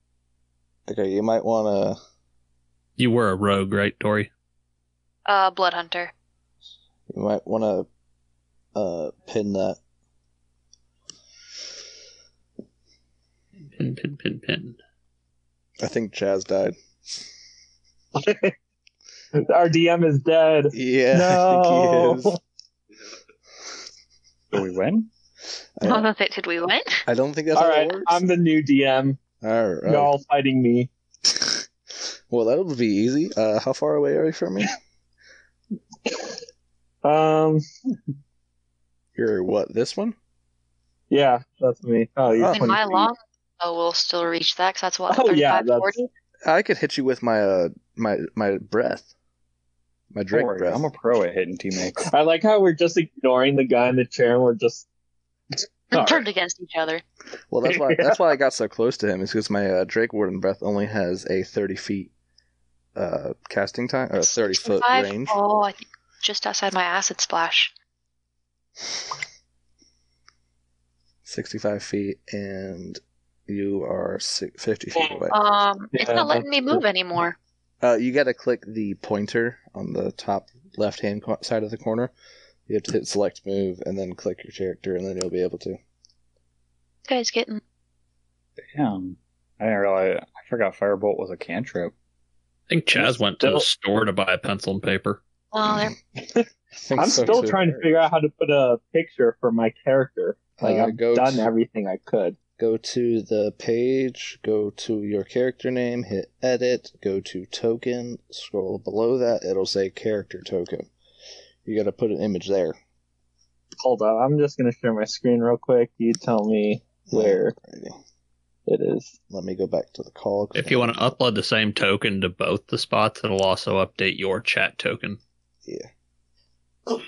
S2: Okay, you might wanna.
S3: You were a rogue, right, Tori?
S5: uh, Blood Hunter.
S2: You might wanna. Uh, pin that.
S3: Pin, pin, pin, pin.
S2: I think Chaz died.
S4: Our DM is dead.
S2: Yeah, I
S4: No.
S2: think he is.
S6: So we win?
S5: Oh,
S2: I,
S5: no, did we win?
S2: I don't think that's
S4: All
S2: how
S4: right,
S2: it works.
S4: I'm the new DM.
S2: All right.
S4: Y'all fighting me.
S2: well, that'll be easy. Uh, how far away are you from me?
S4: Um,
S2: You're what? This one?
S4: yeah, that's me. Oh, yeah.
S2: Oh.
S5: And my long bow will still reach that because that's what
S4: Oh, yeah,
S5: 35,
S4: that's-
S5: 40?
S2: I could hit you with my uh my my breath, my
S6: Don't
S2: Drake
S6: worry,
S2: breath.
S6: I'm a pro at hitting teammates.
S4: I like how we're just ignoring the guy in the chair and we're just. All right.
S5: turned against each other.
S2: Well, that's why
S4: Yeah.
S2: that's why I got so close to him is because my uh, Drake Warden breath only has a thirty feet uh casting time or thirty foot
S5: 25?
S2: range.
S5: Oh, I think just outside my acid splash.
S2: Sixty five feet, and you are si- fifty feet away.
S5: Um, it's
S4: Yeah,
S5: not letting me
S4: that's
S5: move anymore.
S2: Uh, you got to click the pointer on the top left hand co- side of the corner. You have to hit select move and then click your character, and then you'll be able to.
S5: This guy's getting.
S6: Damn. I didn't realize. I forgot Firebolt was a cantrip.
S3: I think Chaz went to
S4: Still-
S3: the store to buy a pencil and paper.
S5: Oh, there.
S2: I think
S4: I'm
S2: so,
S4: still
S2: too.
S4: trying to figure out how to put a picture for my character. Like
S2: Uh,
S4: I've
S2: go
S4: done
S2: to-
S4: everything I could.
S2: Go to the page, go to your character name, hit edit, go to token, scroll below that, it'll say character token. You got to put an image there.
S4: Hold on, I'm just gonna share my screen real quick. You tell me where
S2: Alrighty.
S4: it is.
S2: Let me go back to the call.
S3: If you want to upload the same token to both the spots, it'll also update your chat token.
S2: All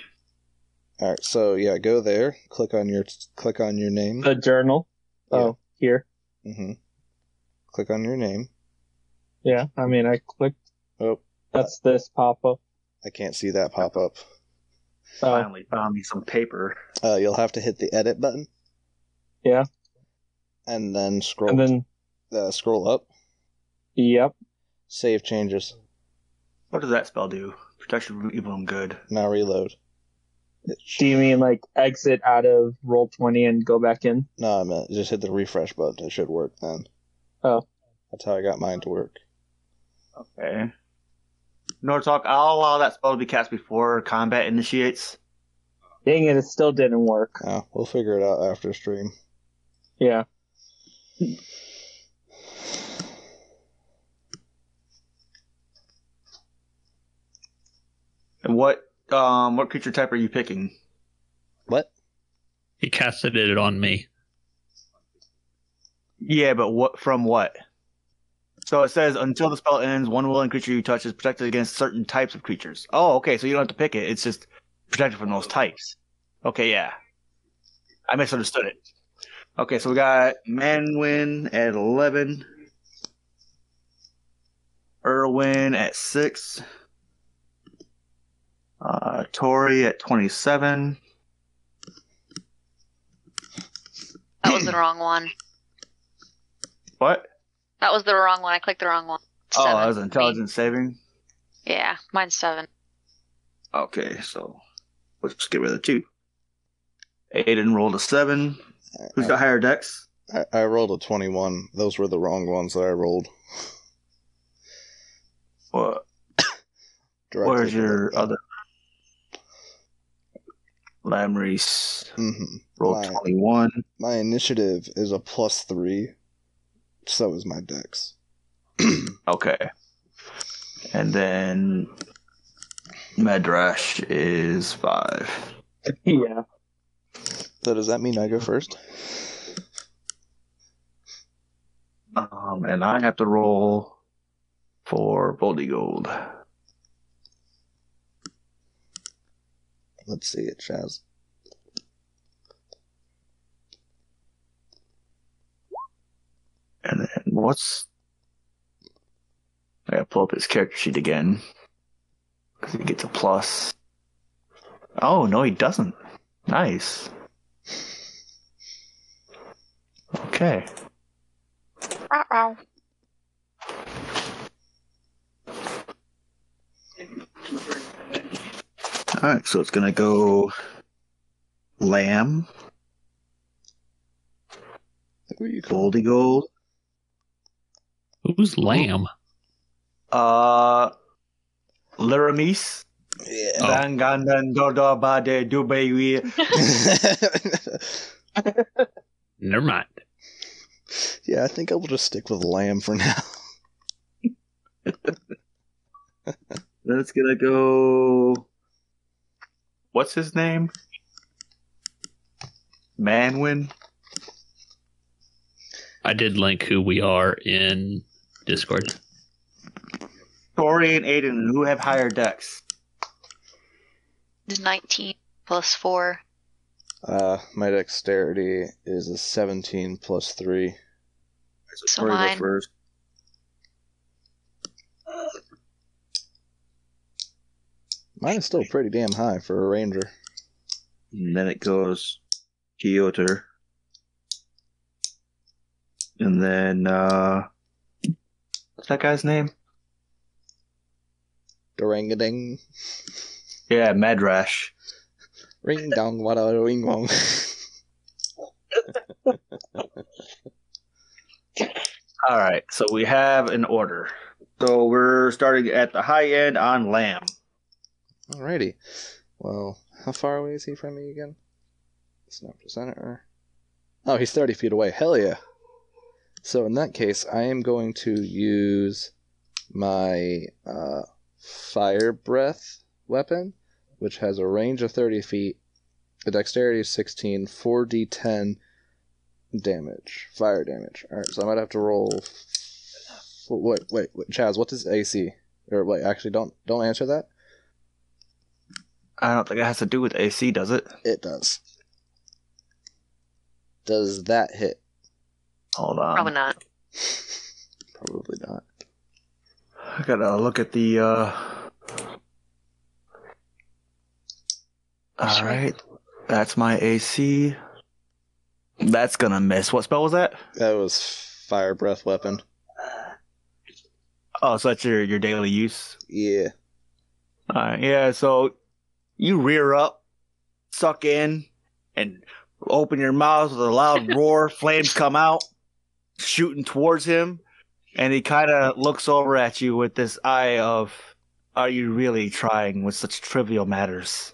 S2: right, so yeah, go there, click on your click on your name.
S4: The journal. Oh, here.
S2: hmm Click on your name.
S4: Yeah. I mean, I clicked.
S2: Oh,
S4: That's this Oh, pop up.
S2: I can't see that pop up.
S4: Oh,
S1: Finally found me some paper.
S2: Uh, you'll have to hit the edit button.
S4: Yeah.
S2: And then scroll.
S4: and then
S2: uh, scroll up.
S4: yep.
S2: Save changes.
S1: What does that spell do? Protection from evil and good.
S2: Now reload. It sh-
S4: Do you mean like exit out of roll twenty and go back in?
S2: no, I meant just hit the refresh button. It should work then.
S4: Oh.
S2: That's how I got mine to work.
S1: Okay. Nortalk, I'll allow that spell to be cast before combat initiates.
S4: Dang it! It still didn't work.
S2: Oh, we'll figure it out after stream.
S4: Yeah.
S1: And what um what creature type are you picking?
S2: What?
S3: He casted it on me.
S1: Yeah, but what from what? So it says until the spell ends, one willing creature you touch is protected against certain types of creatures. Oh, okay, so you don't have to pick it. It's just protected from those types. Okay, yeah. I misunderstood it. Okay, so we got Manwin at eleven. Irwin at six. Uh Tori at twenty seven.
S5: That was the wrong one.
S1: What?
S5: That was the wrong one. I clicked the wrong one.
S1: Oh,
S5: Seven.
S1: that was intelligence saving.
S5: Yeah, mine's seven.
S1: Okay, so let's just get rid of the two. Aiden rolled a seven. Who's got higher decks?
S2: I, I rolled a 21. Those were the wrong ones that I rolled.
S1: What?
S2: directly
S1: Where's
S2: from
S1: your
S2: the-
S1: other? Lamreese
S2: Mhm.
S1: rolled
S2: My-
S1: twenty-one.
S2: My initiative is a plus three. So is my dex.
S1: Okay. And then Medrash is five.
S4: Yeah.
S2: So does that mean I go first?
S1: Um, and I have to roll for Boldy Gold.
S2: Let's see it, Chaz.
S1: And then what's. I gotta pull up his character sheet again. 'Cause he gets a plus. Oh, no, he doesn't. Nice. Okay.
S5: Wow.
S1: Alright, so it's gonna go. Lamb,
S2: Who you call?
S1: Boldy Gold,
S3: Who's Lamb?
S1: Uh, Laramis,
S2: Yeah.
S3: Oh.
S1: Dangandan Dodoba de Dubai.
S3: Never mind.
S2: yeah, I think I will just stick with lamb for now.
S1: Then it's gonna go. What's his name? Manwin.
S3: I did link who we are in Discord.
S1: Tori and Aiden, who have higher decks?
S5: It's 19 plus 4.
S2: Uh, my dexterity is a 17 plus 3.
S5: So
S1: Tori go
S5: mine.
S1: first.
S2: Mine is still pretty damn high for a ranger.
S1: And then it goes Kyoter. And then, uh. What's that guy's name?
S2: Dorangading.
S1: Yeah, Madrash.
S2: Ring dong, wada ring wong.
S1: All right, so we have an order. So we're starting at the high end on Lamb.
S2: Alrighty. Well, how far away is he from me again? It's not percent or. Oh, he's 30 feet away. Hell yeah. So in that case, I am going to use my uh, fire breath weapon, which has a range of 30 feet, a dexterity of 16, 4d10 damage, fire damage. All right, so I might have to roll. f- Wait, wait, wait, Chaz, what does AC? Or wait, actually, don't don't answer that.
S1: I don't think it has to do with AC, does it?
S2: It does. Does that hit?
S1: Hold on.
S5: Probably not.
S2: Probably not.
S1: I gotta look at the. uh All
S5: Sure.
S1: right, that's my AC. That's gonna miss. What spell was that?
S2: That was fire breath weapon.
S1: Oh, so that's your your daily use.
S2: Yeah.
S1: All right, Uh, yeah. So you rear up, suck in, and open your mouth with a loud roar. Flames come out, shooting towards him, and he kind of looks over at you with this eye of, "Are you really trying with such trivial matters?"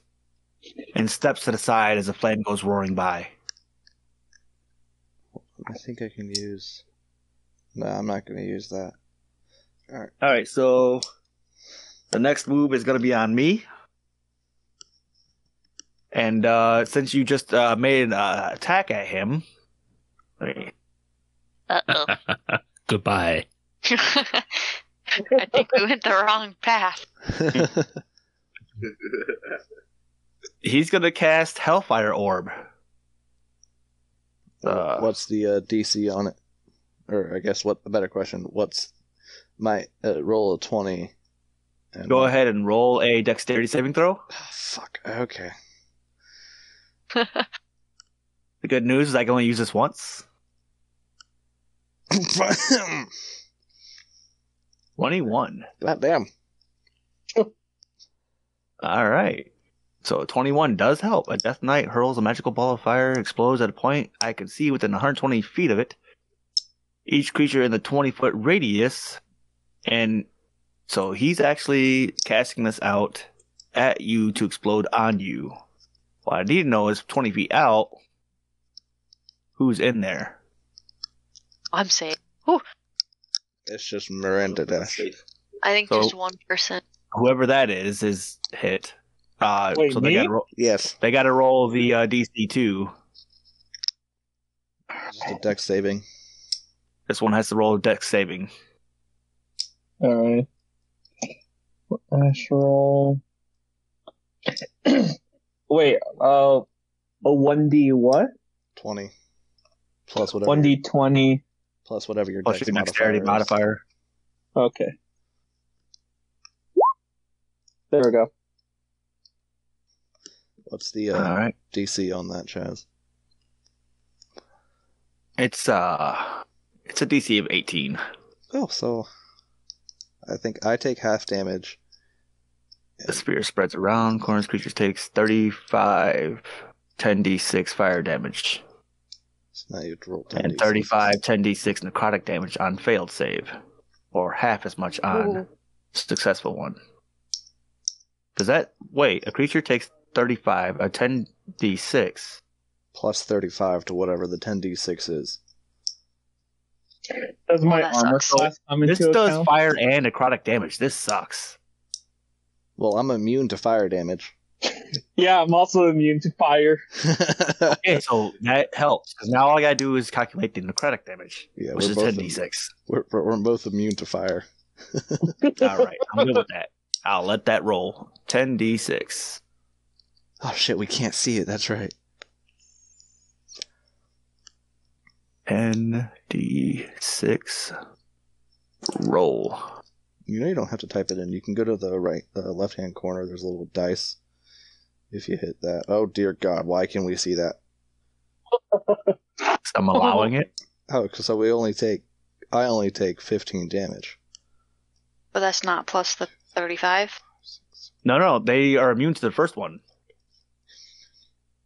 S1: And steps to the side as the flame goes roaring by.
S2: I think I can use. No, I'm not going to use that.
S1: All right, so the next move is going to be on me. And uh, since you just uh, made an uh, attack at him,
S5: Uh oh.
S3: Goodbye.
S5: I think we went the wrong path.
S1: he's going to cast Hellfire Orb. Uh,
S2: What's the uh, DC on it? Or I guess what a better question? What's my uh, roll of twenty? And
S1: Go ahead and roll a dexterity saving throw.
S2: Ah, fuck. Okay.
S1: The good news is I can only use this once. 21.
S2: God damn.
S1: All right. So 21 does help. A Death Knight hurls a magical ball of fire and explodes at a point I can see within 120 feet of it. Each creature in the 20 foot radius. And so he's actually casting this out at you to explode on you. What I need to know is 20 feet out, who's in there?
S5: I'm saying
S2: It's just Miranda Dash.
S7: Wait,
S5: I think
S1: So-
S5: just one person.
S1: Whoever that is, is hit. Uh,
S4: Wait,
S1: so
S4: me?
S1: they got to roll,
S2: Yes.
S1: they gotta roll the uh, DC 2.
S2: Just a deck saving.
S1: This one has to roll dex saving.
S4: All right. Ash roll. Wait. Uh, a one d what?
S2: 20. Plus whatever.
S4: One d twenty.
S2: Plus whatever your
S1: Plus
S2: dex
S1: your dexterity
S2: modifier.
S1: modifier.
S4: Okay. There we go.
S2: is. What's the uh,
S1: All right.
S2: DC on that, Chaz?
S1: It's uh it's a DC of 18.
S2: Oh, so I think I take half damage.
S1: The spear spreads around. Corners creature takes 35 10d6 fire damage
S2: So now you roll 10
S1: and
S2: D6.
S1: 35 10d6 necrotic damage on failed save or half as much on successful one. Does that wait, a creature takes 35 a 10d6
S2: Plus 35 to whatever the 10d6 is.
S4: Does my
S5: that
S4: armor
S5: sucks.
S4: class come
S1: This
S4: into
S1: does
S4: account?
S1: fire and necrotic damage. This sucks.
S2: Well, I'm immune to fire damage.
S4: yeah, I'm also immune to fire.
S1: Okay, so that helps because now all I gotta do is calculate the necrotic damage,
S2: yeah,
S1: which
S2: we're
S1: is
S2: both,
S1: 10d6.
S2: we're, we're we're both immune to fire.
S1: All right, I'm good with that. I'll let that roll. 10d6.
S2: Oh shit, we can't see it. That's right.
S1: 10d6. Roll.
S2: You know you don't have to type it in. You can go to the right, the left-hand corner. There's a little dice. If you hit that, oh dear God, why can we see that?
S1: I'm allowing it.
S2: Oh, 'cause so we only take, I only take 15 damage.
S5: But that's not plus the 35.
S1: No, no, they are immune to the first one.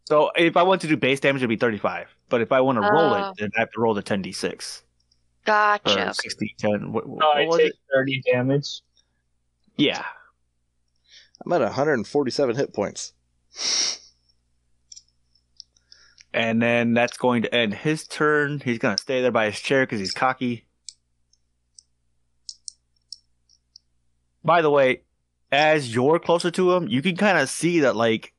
S1: So if I want to do base damage, it'd be 35. But if I want to roll
S5: Oh.
S1: it, then I have to roll the 10d6. Or
S5: Gotcha.
S1: 60, What, what
S4: So I
S1: was
S4: take
S1: it?
S4: 30 damage.
S1: Yeah.
S2: I'm at 147 hit points.
S1: And then that's going to end his turn. He's going to stay there by his chair because he's cocky. By the way, as you're closer to him, you can kind of see that, like,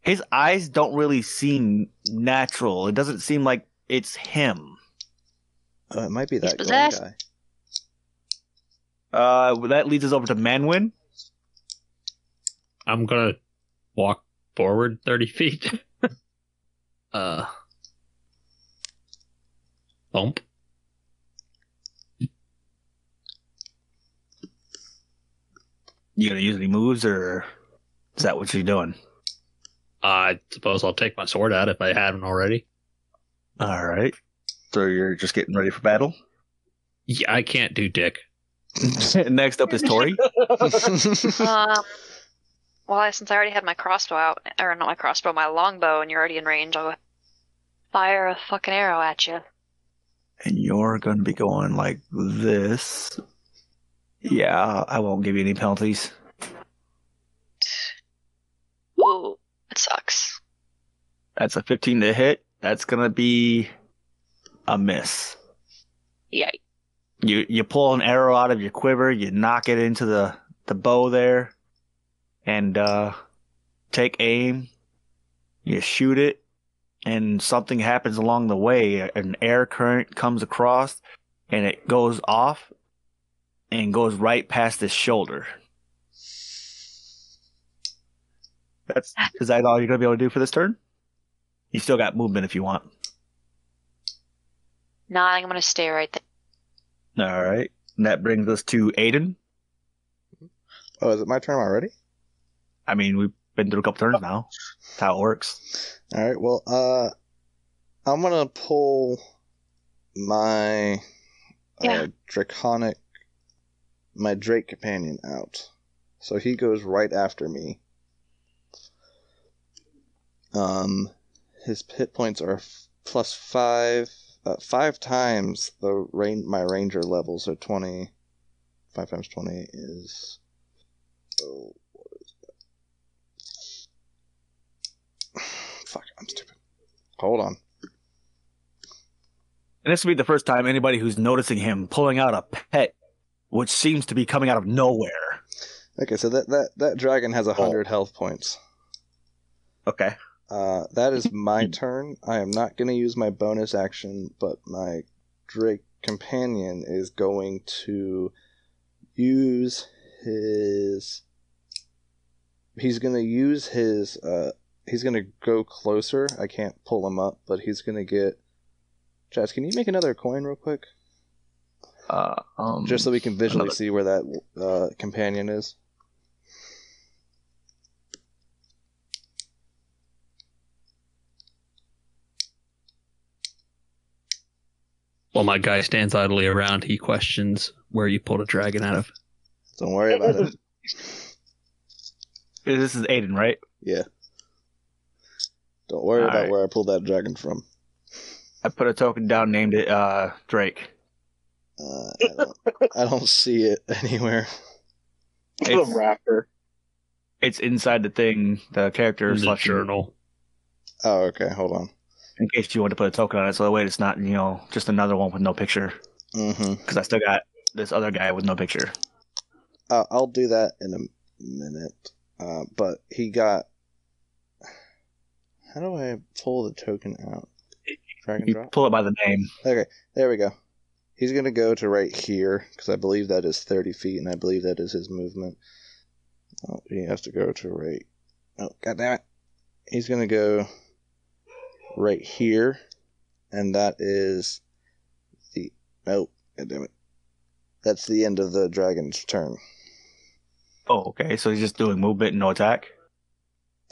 S1: his eyes don't really seem natural. It doesn't seem like it's him.
S2: Oh, it might be that golem
S5: possessed.
S2: guy.
S1: Uh, that leads us over to Manwin.
S3: I'm gonna walk forward thirty feet. uh, bump.
S1: You going to use any moves, or is that what you're doing?
S3: I suppose I'll take my sword out if I haven't already.
S1: All right. So you're just getting ready for battle.
S3: Yeah, I can't do dick.
S1: Next up is Tori.
S5: um, well, I- since I already had my crossbow out, or not my crossbow, my longbow, and you're already in range, I'll fire a fucking arrow at you.
S1: and you're going to be going like this. Yeah, I won't give you any penalties.
S5: Whoa, that sucks.
S1: That's a 15 to hit. That's going to be a miss.
S5: Yikes.
S1: You you pull an arrow out of your quiver, you knock it into the the bow there, and uh, take aim. You shoot it, and something happens along the way. An air current comes across, and it goes off, and goes right past his shoulder. That's is that all you're gonna be able to do for this turn? You still got movement if you want.
S5: Nah, I'm gonna stay right there.
S1: All right, and that brings us to Aiden.
S2: oh, is it my turn already?
S1: I mean, we've been through a couple turns now. That's how it works.
S2: All right. Well, uh, I'm gonna pull my
S5: Yeah.
S2: uh, draconic, my Drake companion out, so he goes right after me. Um, his hit points are f- plus five, uh, five times the rain. My ranger level, so twenty. Five times twenty is. Oh, what is that? Fuck! I'm stupid. Hold on.
S1: And this will be the first time anybody who's noticing him pulling out a pet, which seems to be coming out of nowhere.
S2: Okay, so that that that dragon
S1: Oh.
S2: has a hundred health points.
S1: Okay.
S2: Uh, that is my turn. I am not going to use my bonus action, but my Drake companion is going to use his. He's going to use his. Uh, he's going to go closer. I can't pull him up, but he's going to get. Chaz, can you make another coin real quick?
S1: Uh, um,
S2: Just so we can visually
S1: another-
S2: see where that uh, companion is.
S3: While my guy stands idly around, he questions where you pulled a dragon out of.
S2: Don't worry about it.
S1: this is Aiden, right?
S2: Yeah. Don't worry about
S1: Alright.
S2: where I pulled that dragon from.
S1: I put a token down, named it uh, Drake.
S2: Uh, I, don't, I don't see it anywhere.
S4: The rapper.
S1: It's inside the thing, the character
S3: The
S1: selection,
S3: journal.
S2: Oh, okay. Hold on.
S1: in case you want to put a token on it. So that way it's not, you know, just another one with no picture.
S2: Mm-hmm.
S1: Because I still got this other guy with no picture.
S2: Uh, I'll do that in a minute. Uh, but he got. How do I pull the token out? Drag and
S1: You
S2: drop.
S1: pull it by the name.
S2: There we go. He's gonna go to right here because I believe that is thirty feet, and I believe that is his movement. Oh, he has to go to right. Oh, god damn it! He's gonna go right here, and that is the nope. God damn it! That's the end of the dragon's turn.
S1: Oh, okay. So he's just doing movement and no attack.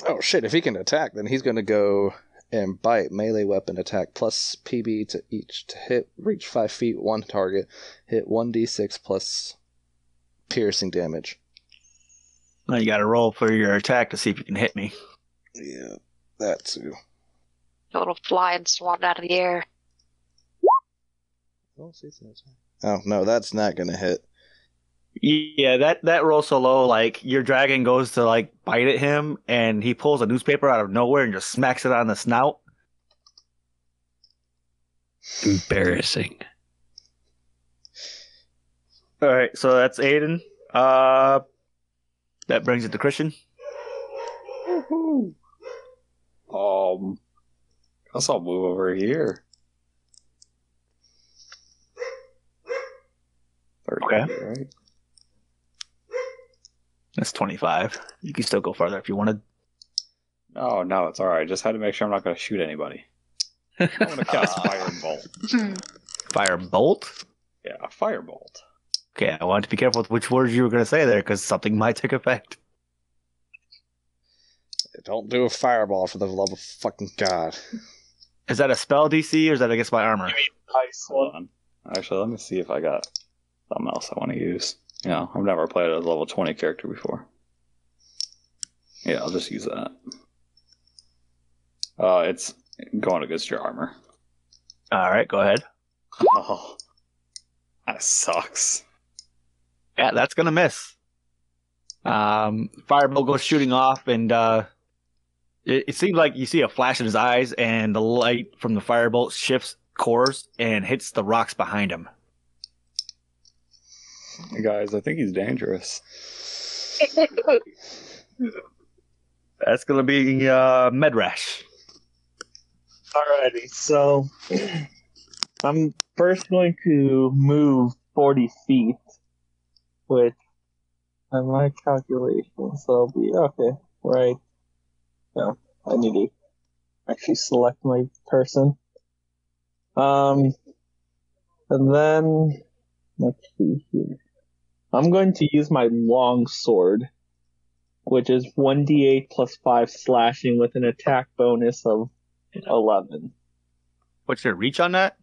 S2: Oh shit! If he can attack, then he's gonna go and bite melee weapon attack plus PB to each to hit reach five feet one target, hit one d six plus piercing damage.
S1: Now you got to roll for your attack to see if you can hit me.
S2: Yeah, that's I
S5: A little fly and swatted out of the air.
S2: don't see it's an attack. Oh no, that's not gonna hit.
S1: Yeah, that that roll so low, like your dragon goes to like bite at him, and he pulls a newspaper out of nowhere and just smacks it on the snout.
S3: Embarrassing.
S1: All right, so that's Aiden. Uh, that brings it to Christian.
S6: Um, guess I'll move over here.
S1: Okay.
S6: feet, right?
S1: That's twenty five. You can still go farther if you wanted.
S6: No, Oh, no, it's all right. Just had to make sure I'm not going to shoot anybody. Ah. I'm going to cast firebolt.
S5: Hmm.
S1: Fire bolt.
S6: Yeah, a firebolt.
S1: Okay, I wanted to be careful with which words you were going to say there because something might take effect.
S2: Don't do a fireball for the love of fucking god.
S1: Is that a spell DC or is that against my armor?
S4: Nice one.
S6: Hold on. Actually, let me see if I got something else I want to use. You know, I've never played a level 20 character before. Yeah, I'll just use that. Uh, it's going against your armor.
S1: All right, go ahead.
S6: Oh, that sucks.
S1: Yeah, that's gonna miss. Um, Fireball goes shooting off, and uh, it, it seems like you see a flash in his eyes, and the light from the firebolt shifts course and hits the rocks behind him.
S6: Guys, I think he's dangerous.
S1: That's gonna be uh, Medrash.
S4: Alrighty, so I'm first going to move 40 feet, which on my calculations, so I'll be okay, right? No, I need to actually select my person. Um, and then let's see here. I'm going to use my long sword, which is 1d8 plus 5 slashing with an attack bonus of 11.
S1: What's your reach on that?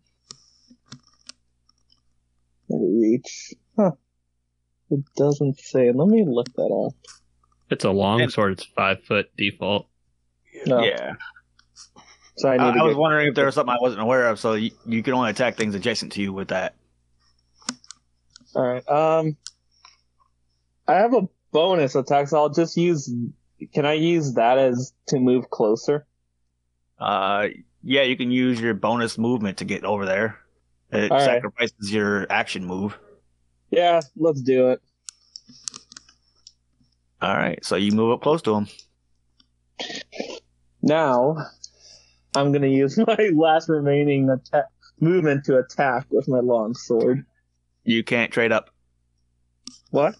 S4: Reach. Huh. It doesn't say. Let me look that up.
S3: It's a long sword. It's five foot default.
S4: No.
S1: Yeah.
S4: So I
S1: I,
S4: need to
S1: I was
S4: get
S1: wondering if there was something I wasn't aware of, so you, you can only attack things adjacent to you with that.
S4: All right. Um, I have a bonus attack, so I'll just use. Can I use that as to move closer?
S1: Uh, yeah, you can use your bonus movement to get over there. It
S4: All right.
S1: sacrifices your action move.
S4: Yeah, let's do it.
S1: All right, so you move up close to him.
S4: Now, I'm gonna use my last remaining attack movement to attack with my long sword.
S1: You can't trade up.
S4: What?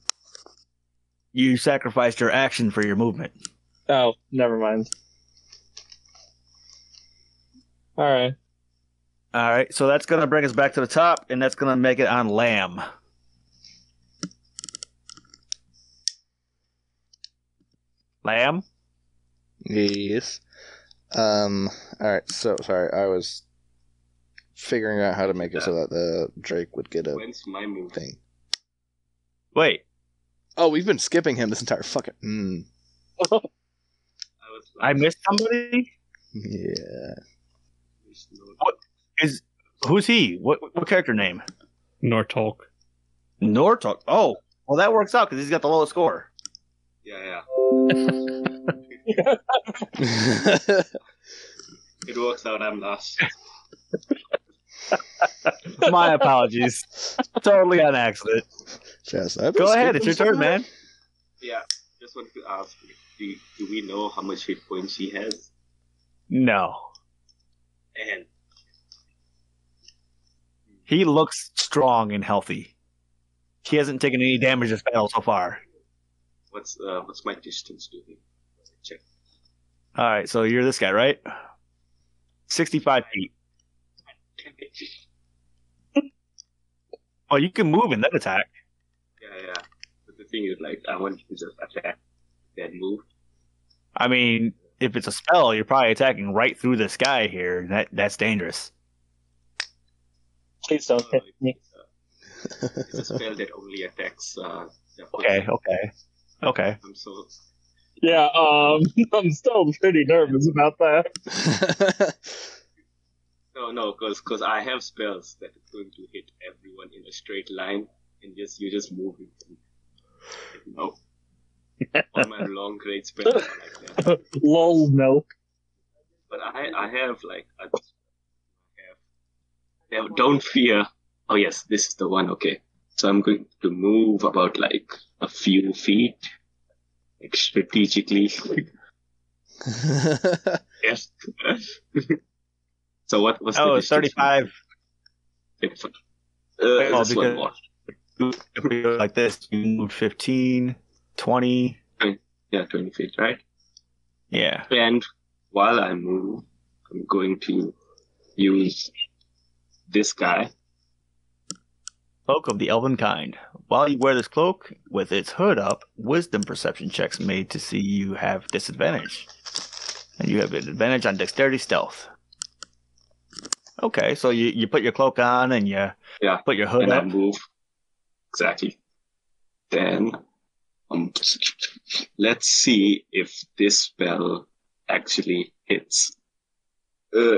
S1: You sacrificed your action for your movement.
S4: Oh, never mind. All right.
S1: All right, so that's gonna bring us back to the top, and that's gonna make it on Lamb. Lamb.
S2: Yes. Um. All right. So sorry, I was figuring out how to make it so that the Drake would get a
S7: When's my move?
S2: thing.
S1: Wait,
S2: Oh, we've been skipping him this entire fucking. Mm.
S7: I was
S1: I missed somebody.
S2: Yeah.
S1: Who's he? What what character name?
S3: Nortolk.
S1: Nortok. Oh, well that works out because he's got the lowest score.
S7: Yeah, yeah. It works out. I'm last.
S1: My apologies. totally on accident.
S2: Just, I've been
S1: Go ahead,
S2: skipping
S1: it's your
S2: some
S1: turn,
S2: of
S1: man.
S7: Yeah. Just wanted to ask, do, do we know how much hit points she has?
S1: No,
S7: And
S1: he looks strong and healthy. He hasn't taken any damage this battle so far.
S7: what's uh, what's my distance to him? Check.
S1: All right, so you're this guy, right? Sixty-five feet. Oh, you can move in that attack.
S7: Yeah, yeah. But the thing is, like, I want to just attack that move.
S1: I mean, if it's a spell, you're probably attacking right through this guy here. That that's dangerous.
S4: Please don't hit me.
S7: Uh, It's a spell that only attacks. Uh, the-
S1: Okay, okay, okay.
S7: I'm so
S4: Yeah. Um, I'm still pretty nervous about that.
S7: no, no, because cause I have spells that are going to hit everyone in a straight line, and just you just move it. No. All my long range spells are like that.
S4: Lol. No.
S7: But I, I have like a, I have, Now, don't fear. Oh yes, this is the one. Okay, so I'm going to move about like a few feet, like strategically. yes. so what was
S1: Oh,
S7: the
S1: it's
S7: distance?
S1: thirty-five.
S7: Uh, just
S1: because-
S7: one more.
S1: If we go like this, you moved 15, 20.
S7: Yeah, 20 feet, right?
S1: Yeah.
S7: And while I move, I'm going to use this guy.
S1: Cloak of the Elven Kind. While you wear this cloak with its hood up, wisdom perception checks made to see you have disadvantage. And you have an advantage on dexterity stealth. Okay, so you, you put your cloak on and you
S7: Yeah,
S1: put your hood
S7: and I
S1: up.
S7: move. Exactly. Then um, let's see if this spell actually hits. Uh,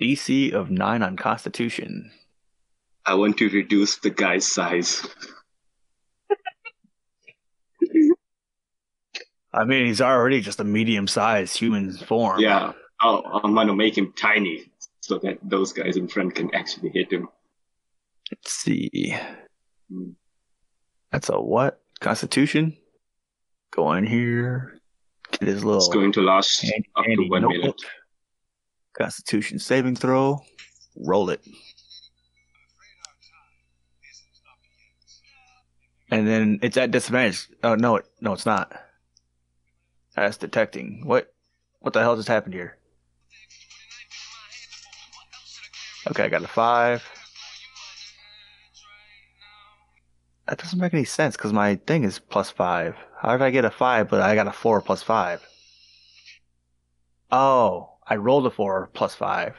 S1: DC of 9 on Constitution.
S7: I want to reduce the guy's size.
S1: I mean, he's already just a medium sized human form.
S7: Yeah, I'll, I'm going to make him tiny so that those guys in front can actually hit him.
S1: Let's see.
S7: Hmm.
S1: That's a what? Constitution? Go in here. Get his little.
S7: It's going to last
S1: Hand-
S7: up to
S1: handy
S7: one
S1: notebook.
S7: minute.
S1: oh. Constitution saving throw. Roll it. And then it's at disadvantage. Oh no, it, no, it's not. That's detecting. What? What the hell just happened here? Okay, I got a five. That doesn't make any sense because my thing is plus five. How did I get a five, but I got a four plus five? Oh, I rolled a four plus five.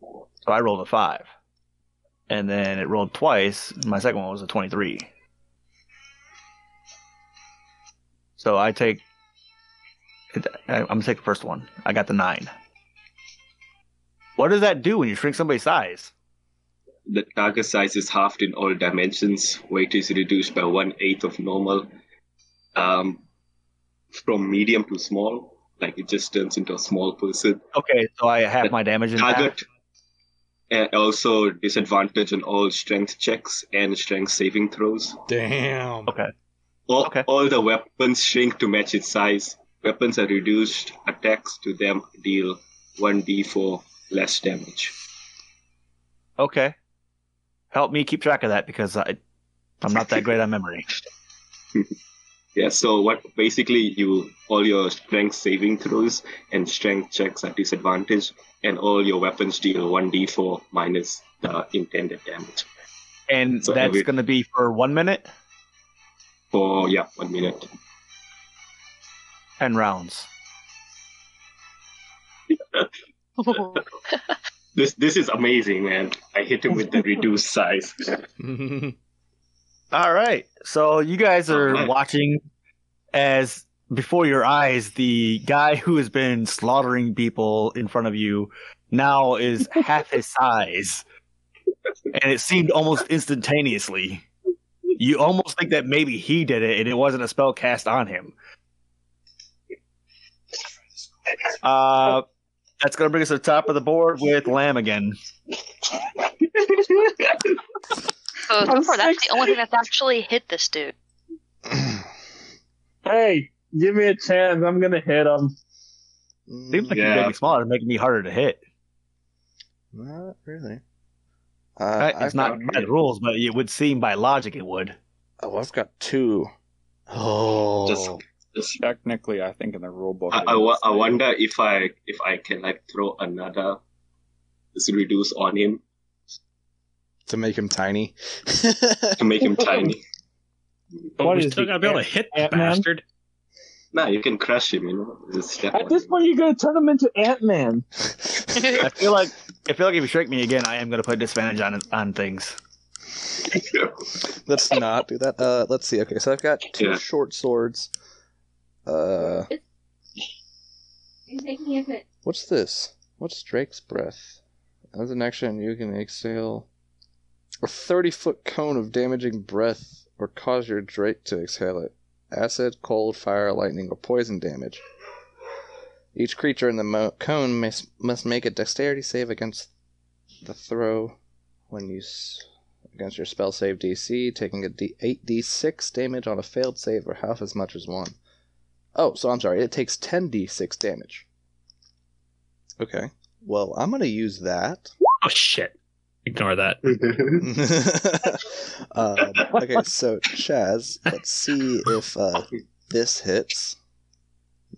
S1: So I rolled a five. And then it rolled twice. My second one was a 23. So I take I, I'm gonna take the first one. I got the nine. What does that do when you shrink somebody's size?
S7: The target size is halved in all dimensions. Weight is reduced by one eighth of normal. Um, from medium to small, like it just turns into a small person.
S1: Okay, so I have my damage in half.
S7: Target uh, also disadvantage on all strength checks and strength saving throws.
S2: Damn.
S7: All,
S1: Okay.
S7: all the weapons shrink to match its size. Weapons are reduced. Attacks to them deal 1d4 less damage.
S1: Okay. Help me keep track of that because I, I'm not that great on memory.
S7: Yeah, so what basically you all your strength saving throws and strength checks are disadvantaged, and all your weapons deal 1d4 minus the intended damage
S1: And
S7: So
S1: that's
S7: every-
S1: going to be for one minute,
S7: for, yeah, one minute.
S1: 10 rounds.
S5: Oh,
S7: This this is amazing, man. I hit him with the reduced size.
S1: All right. So you guys are
S7: All right.
S1: watching as before your eyes, the guy who has been slaughtering people in front of you now is half his size. And it seemed almost instantaneously. You almost think that maybe he did it and it wasn't a spell cast on him. Uh, that's going to bring us to the top of the board with Lamb again.
S5: So
S4: I'm
S5: Thor, that's
S4: six.
S5: the only thing that's actually hit this dude.
S4: Hey, give me a chance. I'm gonna hit him.
S1: Seems like
S7: Yeah.
S1: you're getting smaller, making me harder to hit.
S2: Not really. Uh,
S1: Right,
S2: I've
S1: it's not
S2: got-
S1: by the rules, but it would seem by logic it would.
S2: Oh, I've got two. Oh.
S7: Just-
S6: Technically, I think in the rule book.
S7: I, I, wo- I wonder if I if I can like throw another this reduce on him
S2: to make him tiny.
S7: to make him tiny.
S3: But
S4: What
S3: we're
S4: is
S3: still
S4: he,
S3: gonna be able to
S4: Ant-
S3: hit the
S4: Ant-Man?
S3: bastard.
S7: Nah, you can crush him, you know. Just step
S4: At
S7: on
S4: this
S7: him.
S4: point, you're gonna turn him into Ant Man.
S1: I feel like I feel like if you shrink me again, I am going to put disadvantage on on things.
S2: let's not do that. Uh, let's see. Okay, so I've got two
S7: Yeah.
S2: short swords. Uh, what's this? What's Drake's breath? As an action, you can exhale a thirty-foot cone of damaging breath, or cause your Drake to exhale it. Acid, cold, fire, lightning, or poison damage. Each creature in the mo- cone must, must make a dexterity save against the throw when you s- against your spell save DC, taking a D- 8d6 damage on a failed save or half as much as one. Oh, so I'm sorry, it takes 10d6 damage. Okay. Well, I'm going to use that.
S3: Oh shit! Ignore that.
S2: um, okay, so Chaz, let's see if uh, this hits.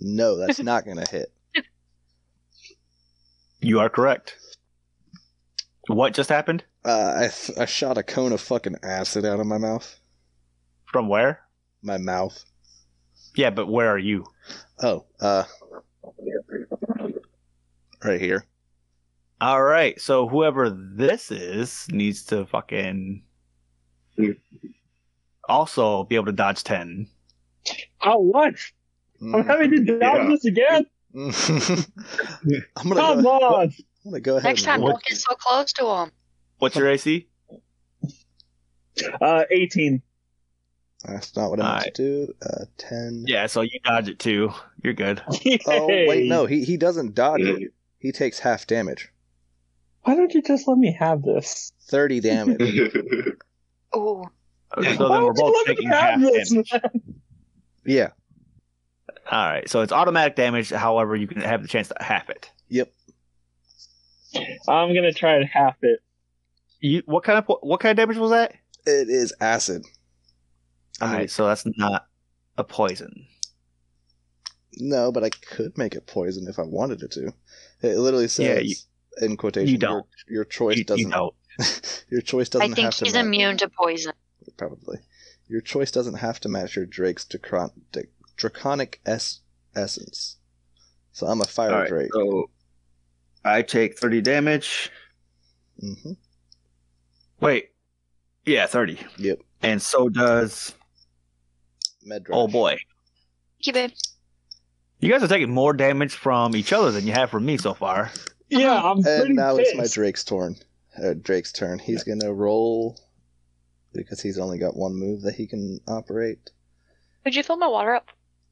S2: No, that's not going to hit.
S1: You are correct. What just happened?
S2: Uh, I, th- I shot a cone of fucking acid out of my mouth.
S1: From where?
S2: My mouth.
S1: Yeah, but where are you?
S2: Oh, uh. Right here.
S1: All right. So whoever this is needs to fucking also be able to dodge ten.
S4: Oh, what? I'm having to dodge
S7: Yeah.
S4: this again.
S2: I'm Mm-hmm. gonna
S4: Come
S2: go,
S4: on.
S2: I'm gonna go ahead.
S5: Next time,
S2: and
S5: don't
S2: roll.
S5: get so close to him.
S1: What's your AC?
S4: Uh, 18.
S2: That's not what I meant to do. Uh, ten.
S1: Yeah. So you dodge it too. You're good.
S2: Oh wait,
S4: Yay.
S2: no, he he doesn't dodge it. He takes half damage.
S4: Why don't you just let me have this?
S2: Thirty damage.
S5: Ooh.
S1: So
S4: Why
S1: then we're
S4: don't you
S1: both
S4: let me
S1: taking half
S4: have this,
S1: damage.
S4: man?
S2: yeah.
S1: All right. So it's automatic damage. However, you can have the chance to half it.
S2: Yep.
S4: I'm gonna try to half it.
S1: You what kind of po- what kind of damage was that?
S2: It is acid.
S1: All
S2: I mean,
S1: right, so that's not a poison.
S2: no, but I could make it poison if I wanted it to. It literally says
S1: you-
S2: in quotation.
S1: you don't.
S2: Your, your choice
S1: You, you
S2: doesn't.
S1: don't.
S2: your choice
S5: I
S2: doesn't
S5: think
S2: have to.
S5: she's
S2: match-
S5: immune to poison.
S2: probably. Your choice doesn't have to match your Drake's dracon- d- draconic es- essence. So I'm a fire
S8: All right,
S2: Drake.
S8: so I take 30 damage.
S2: hmm
S8: Wait. Yeah, 30.
S2: Yep.
S8: And so does.
S2: Med
S1: Oh
S2: Drake.
S1: boy.
S5: Thank you, babe.
S1: You guys are taking more damage from each other than you have from me so far.
S4: Yeah, I'm pretty
S2: And now it's my
S4: pissed.
S2: Drake's turn. Uh, Drake's turn. He's gonna roll because he's only got one move that he can operate.
S5: Could you fill my water up?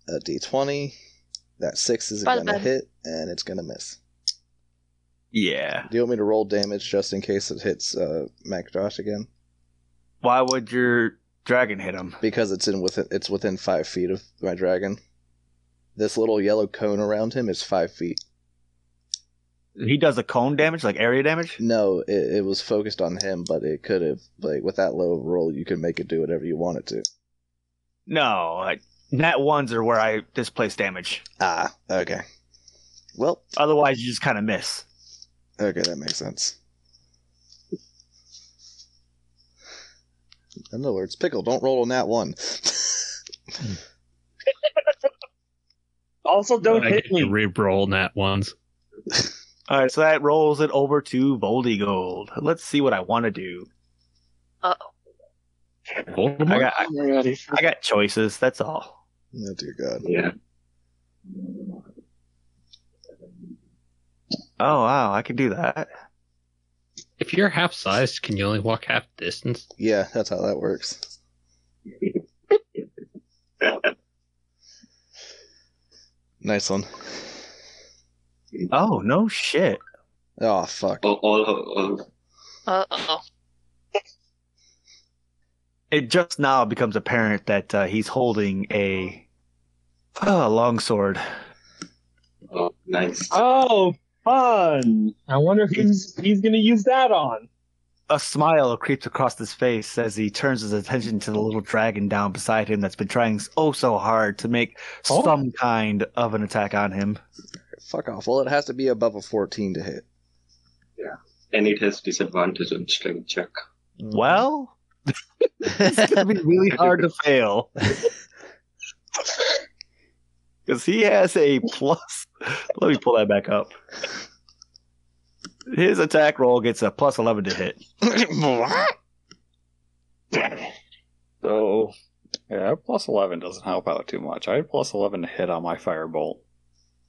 S2: A D20. That six is
S5: By the
S2: gonna
S5: bed.
S2: hit, and it's gonna miss.
S1: Yeah.
S2: Do you want me to roll damage just in case it hits uh, Macdosh again?
S1: Why would your dragon hit him?
S2: Because it's in within it's within five feet of my dragon. This little yellow cone around him is five feet.
S1: He does the cone damage, like area damage.
S2: No, it, it was focused on him, but it could have like with that low of a roll, you could make it do whatever you want it to.
S1: No, I, nat ones are where I displace damage.
S2: Ah, okay. Well,
S1: Otherwise, you just kind of miss.
S2: Okay, that makes sense. In other words, pickle, don't roll on that one.
S4: Also, don't
S3: I
S4: hit
S3: get to
S4: me.
S3: re-roll nat ones.
S1: All right, so that rolls it over to Voldigold. Let's see what I want to do. I got, I,
S4: I'm ready for
S1: I got choices. That's all.
S2: oh dear God.
S7: Yeah.
S1: Oh wow, I could do that.
S3: If you're half sized, can you only walk half distance?
S2: Yeah, that's how that works. nice one.
S1: Oh no, shit.
S2: Oh fuck.
S7: All, all, all,
S5: Uh oh.
S1: It just now becomes apparent that uh, he's holding a uh, long sword.
S7: all nice.
S4: Oh, fun! I wonder who's he's gonna use that on.
S1: A smile creeps across his face as he turns his attention to the little dragon down beside him that's been trying oh so hard to make
S4: Oh.
S1: some kind of an attack on him.
S2: Fuck off. Well, it has to be above a 14 to hit.
S7: And it has disadvantage on strength check.
S1: Well, Mm-hmm. it's gonna be really hard to fail because he has a plus. Let me pull that back up. His attack roll gets a plus eleven to hit.
S6: So, yeah, plus 11 doesn't help out too much. I had plus 11 to hit on my firebolt.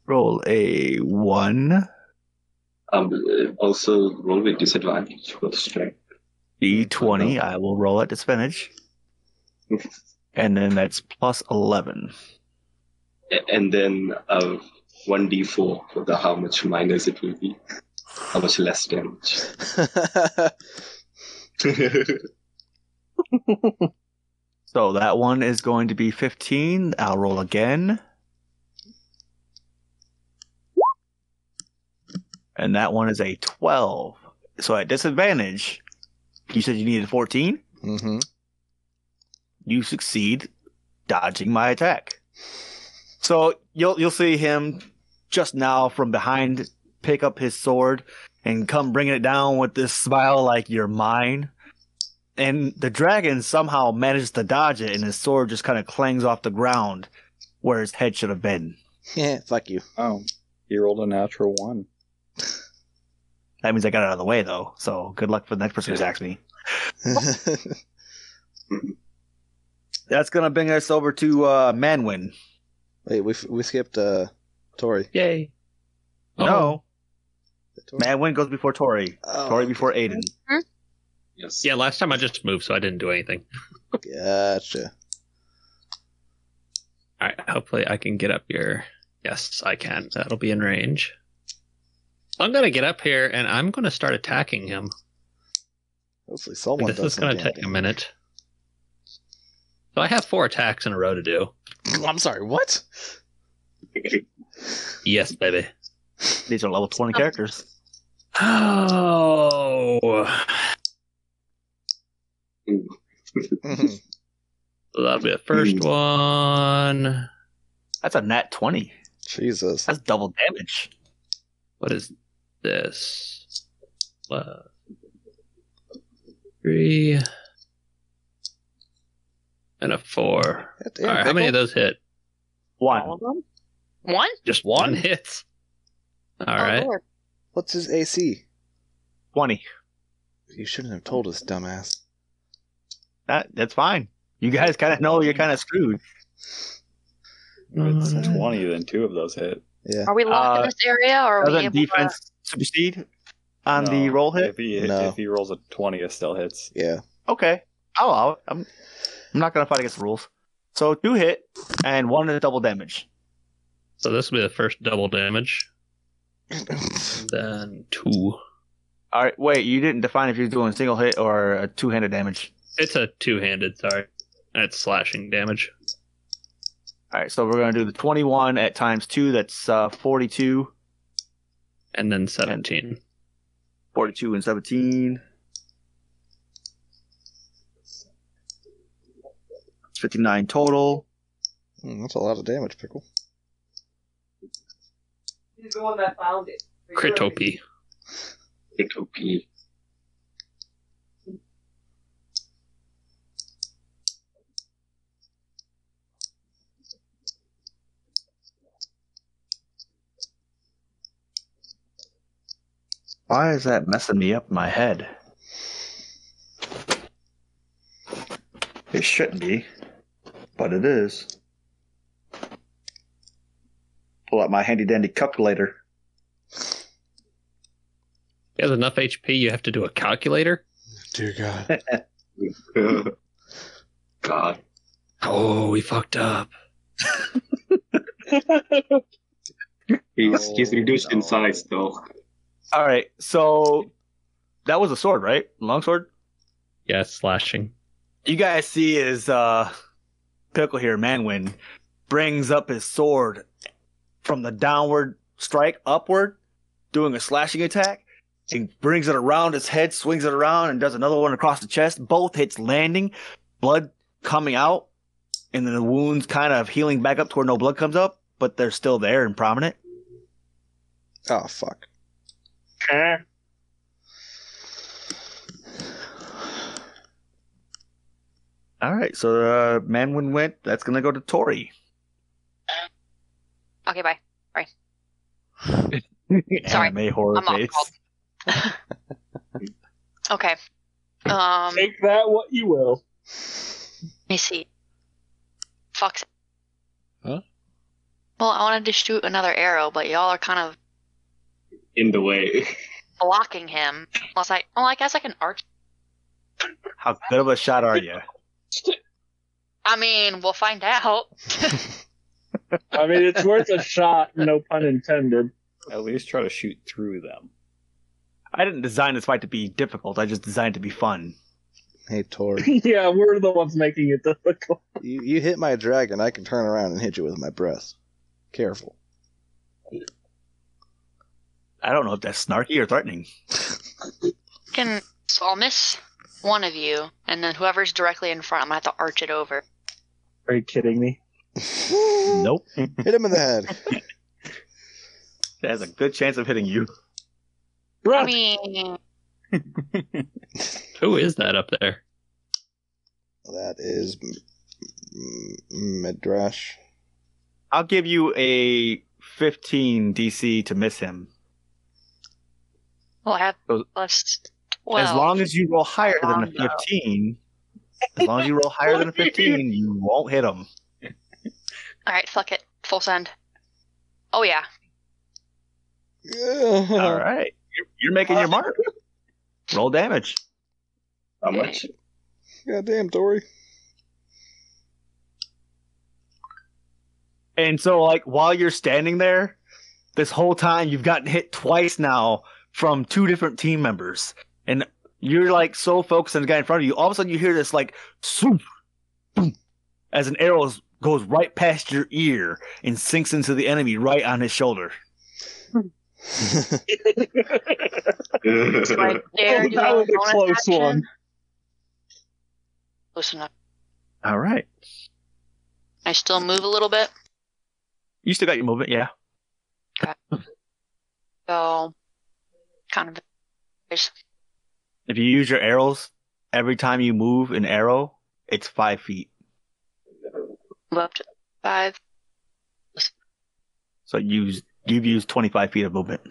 S1: Roll a one
S7: Um, also roll with disadvantage for strength.
S1: d twenty. I will roll at disadvantage, and then that's plus eleven.
S7: A- And then uh, 1d4 for the how much minus it will be. How much less damage.
S1: So that one is going to be fifteen. I'll roll again. And that one is a 12. So at disadvantage, you said you needed 14.
S2: hmm
S1: you succeed dodging my attack. So you'll you'll see him just now from behind pick up his sword and come bringing it down with this smile like you're mine. And the dragon somehow manages to dodge it, and his sword just kind of clangs off the ground where his head should have been.
S2: Yeah, fuck you.
S6: Oh, you rolled a natural one.
S1: That means I got it out of the way, though. So good luck for the next person who attacks me. That's gonna bring us over to uh, Manwin.
S2: Wait, we, f- we skipped uh, Tori.
S3: Yay. Oh.
S1: No, Manwin goes before Tori.
S2: Oh,
S1: Tori before Aiden.
S7: yes.
S3: Yeah, last time I just moved, so I didn't do anything.
S2: Gotcha.
S3: All right, hopefully I can get up here. Yes, I can. That'll be in range. I'm gonna get up here and I'm gonna start attacking him.
S2: Hopefully someone
S3: This
S2: does
S3: is gonna
S2: something.
S3: take a minute. So I have four attacks in a row to do.
S2: I'm sorry, what?
S3: Yes, baby.
S1: These are level twenty characters.
S3: Oh,
S7: Mm,
S2: Mhm.
S3: So that'll be the first one.
S1: That's a nat 20.
S2: Jesus.
S1: That's double damage.
S3: What is this? Uh, three and a four.
S2: God damn,
S3: All right, how many
S2: Pickle.
S3: of those hit?
S5: All
S1: One.
S5: of them? One?
S3: Just one hits. All
S5: Oh,
S3: right.
S5: Lord.
S2: What's his AC?
S1: 20.
S2: You shouldn't have told us, dumbass.
S1: That, that's fine. You guys kind of know you're kind of screwed.
S3: Oh,
S6: If
S5: uh,
S6: It's 20, then two of those hit.
S2: Yeah.
S5: Are we locked
S1: Uh,
S5: in this area, or are we able
S1: Doesn't defense supersede on the
S6: No,
S1: roll hit?
S6: If he, hit-
S2: No.
S6: if he rolls a 20, it still hits.
S2: Yeah.
S1: Okay, I'll allow it. I'm, I'm not gonna fight against the rules. So two hit and one is double damage.
S3: So this will be the first double damage.
S2: Hmm,
S3: Then two.
S1: All right, wait, you didn't define if you're doing single hit or a two-handed damage.
S3: It's a two-handed. Sorry, and it's slashing damage.
S1: All right, so we're gonna do the 21 at times two. That's uh, 42,
S3: and then 17.
S1: 42 and 17. It's 59 total.
S2: Hmm, that's a lot of damage, pickle.
S9: He's the one that found it.
S3: Crit OP.
S7: It would be
S1: Why is that messing me up in my head? It shouldn't be, but it is. Pull out my handy dandy calculator.
S3: He has enough HP, you have to do a calculator?
S2: Dear God.
S7: God.
S3: Oh, we fucked up.
S7: He's
S6: No,
S7: he's reduced in
S6: no.
S7: size though.
S1: All right, so that was a sword, right? Longsword?
S3: Yeah, it's slashing.
S1: you guys see is uh pickle here manwin brings up his sword from the downward strike upward doing a slashing attack and brings it around his head swings it around and does another one across the chest both hits landing blood coming out and then the wounds kind of healing back up to where no blood comes up but they're still there and prominent
S2: Oh fuck.
S1: all right so uh manwin went that's gonna go to tori
S5: to? Okay, bye. Sorry,
S1: Anime horror
S5: I'm off
S1: face.
S5: call. Okay. Um, let
S4: Take that what you will.
S5: me see. Fuck's.
S2: Huh?
S5: Well, I wanted to shoot another arrow, but y'all are kind of
S7: In the way.
S5: blocking him. Unless I, well, I guess I can arch.
S1: how good of a shot are you
S5: I mean, we'll find out.
S4: I mean, it's worth a shot, no pun intended.
S6: At least try to shoot through them.
S1: I didn't design this fight to be difficult. I just designed it to be fun.
S2: Hey Tor.
S4: yeah, we're the ones making it difficult.
S2: you, you hit my dragon, I can turn around and hit you with my breath. Careful.
S1: I don't know if that's snarky or threatening.
S5: Can so I'll miss one of you, and then whoever's directly in front, I'm gonna have to arch it over.
S4: Are you kidding me?
S2: hit
S1: Nope.
S2: him in the head.
S1: That has a good chance of hitting you.
S5: I
S4: Right.
S5: mean,
S3: Who is that up there?
S2: That is M- M- Midrash.
S1: I'll give you a 15 DC to miss him.
S5: we'll have
S1: Those-
S5: plus twelve.
S1: Oh. as long as you roll higher than a
S5: Long though.
S1: 15, as long as you roll higher than a 15, you won't hit him.
S5: All right, fuck it, full send. Oh yeah,
S2: Uh-huh.
S1: All right. You're, you're making your mark. Roll damage.
S7: How much?
S2: God damn, Dory.
S1: And so, like, while you're standing there, this whole time you've gotten hit twice now from two different team members. And you're like so focused on the guy in front of you. All of a sudden, you hear this like swoop, boom, as an arrow is- goes right past your ear and sinks into the enemy right on his shoulder.
S5: do I dare do
S4: that was a
S5: bonus
S4: close
S5: action?
S4: one.
S5: Close enough.
S1: All right.
S5: I still move a little bit,
S1: You still got your movement, yeah.
S5: so kind of.
S1: If you use your arrows, every time you move an arrow, it's five feet.
S5: move up to five.
S1: So use you've used 25 feet of movement.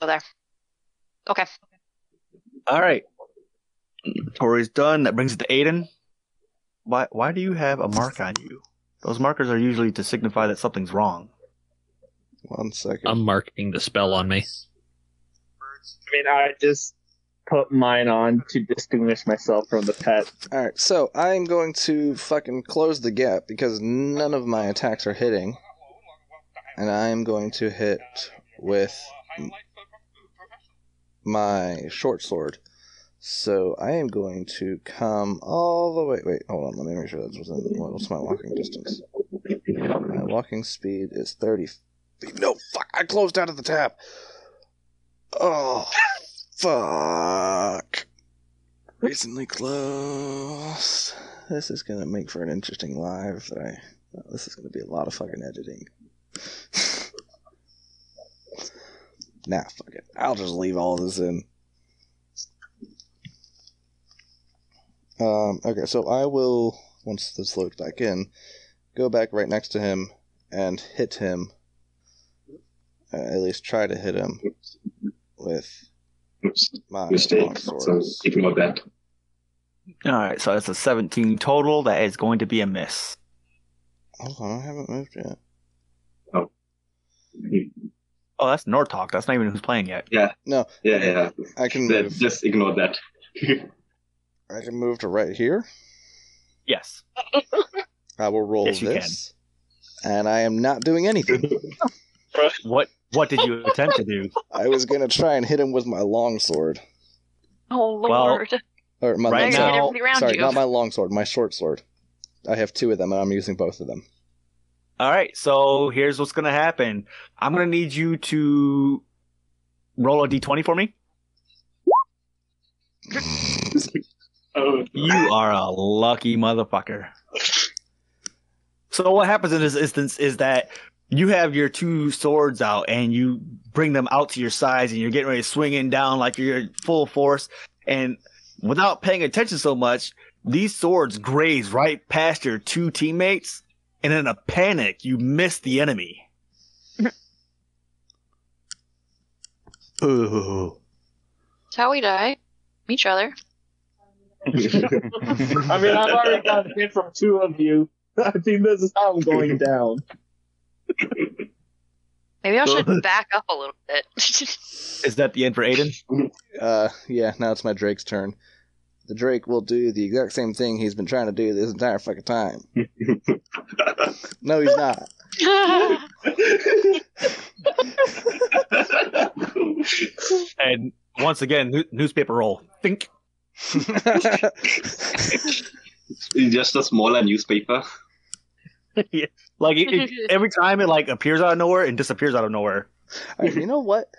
S5: Go there. Okay.
S1: All right. Tori's done. That brings it to Aiden. Why why do you have a mark on you? Those markers are usually to signify that something's wrong.
S2: One second.
S3: I'm marking the spell on me.
S4: I mean, I just put mine on to distinguish myself from the pet.
S2: All right, so I'm going to fucking close the gap because none of my attacks are hitting, and I'm going to hit with m- my short sword. So I am going to come all the way. Wait, hold on. Let me make sure that's within what's my walking distance. My walking speed is thirty. feet. No, fuck! I closed out of the tab. Oh, fuck! Recently closed. This is gonna make for an interesting live. That I. This is gonna be a lot of fucking editing. nah, fuck it. I'll just leave all this in. Um, okay, so I will, once this loads back in, go back right next to him and hit him. Uh, at least try to hit him with my
S7: Mistake. So
S2: longswords.
S7: ignore that.
S1: All right, so that's a 17 total. That is going to be a miss.
S2: Hold on, I haven't moved yet.
S7: Mm.
S1: Oh, that's Nortalk. That's not even who's playing yet.
S2: No,
S7: Yeah, yeah.
S2: I can
S7: That-
S2: move.
S7: just ignore that.
S2: I can move to right here.
S1: Yes.
S2: I will roll
S1: Yes, you
S2: this. And I am not doing anything.
S1: What What did you attempt to do?
S2: I was gonna try and hit him with my longsword.
S5: Oh lord.
S2: Or my
S1: Right
S5: They're
S2: longsword.
S5: hitting
S1: now-
S5: everybody around
S2: Sorry,
S5: you.
S2: not my longsword, my short sword. I have two of them and I'm using both of them.
S1: All right, so here's what's going to happen. I'm going to need you to roll a d20 for me.
S7: Oh,
S1: You are a lucky motherfucker. So what happens in this instance is that you have your two swords out and you bring them out to your sides and you're getting ready to swing in down like you're in full force and without paying attention so much, these swords graze right past your two teammates and in a panic you miss the enemy.
S2: Ooh.
S5: That's how we die. Each other.
S4: I mean, I've already got a hit from two of you. I think this is how I'm going down.
S5: Maybe I should back up a little bit.
S1: Is that the end for Aiden?
S2: Uh yeah, now it's my Drake's turn. The Drake will do the exact same thing he's been trying to do this entire fucking time. No, he's not.
S1: And once again, nu- newspaper roll. Think.
S7: It's just a smaller newspaper.
S1: Like it, it- every time it like appears out of nowhere and disappears out of nowhere.
S2: Alright, you know what,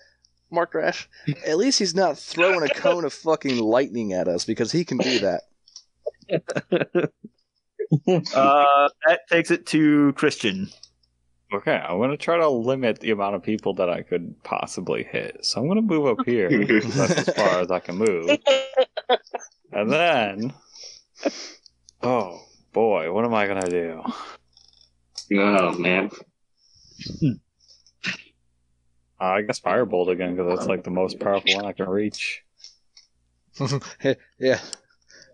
S2: Mark Rash? At least he's not throwing a cone of fucking lightning at us because he can do that.
S1: Uh, that takes it to Christian.
S6: Okay, I'm gonna try to limit the amount of people that I could possibly hit. So I'm gonna move up here. 'cause That's as far as I can move. And then Oh boy, what am I gonna do?
S7: Oh man.
S6: Uh, I guess firebolt again because that's like the most powerful one I can reach.
S2: yeah.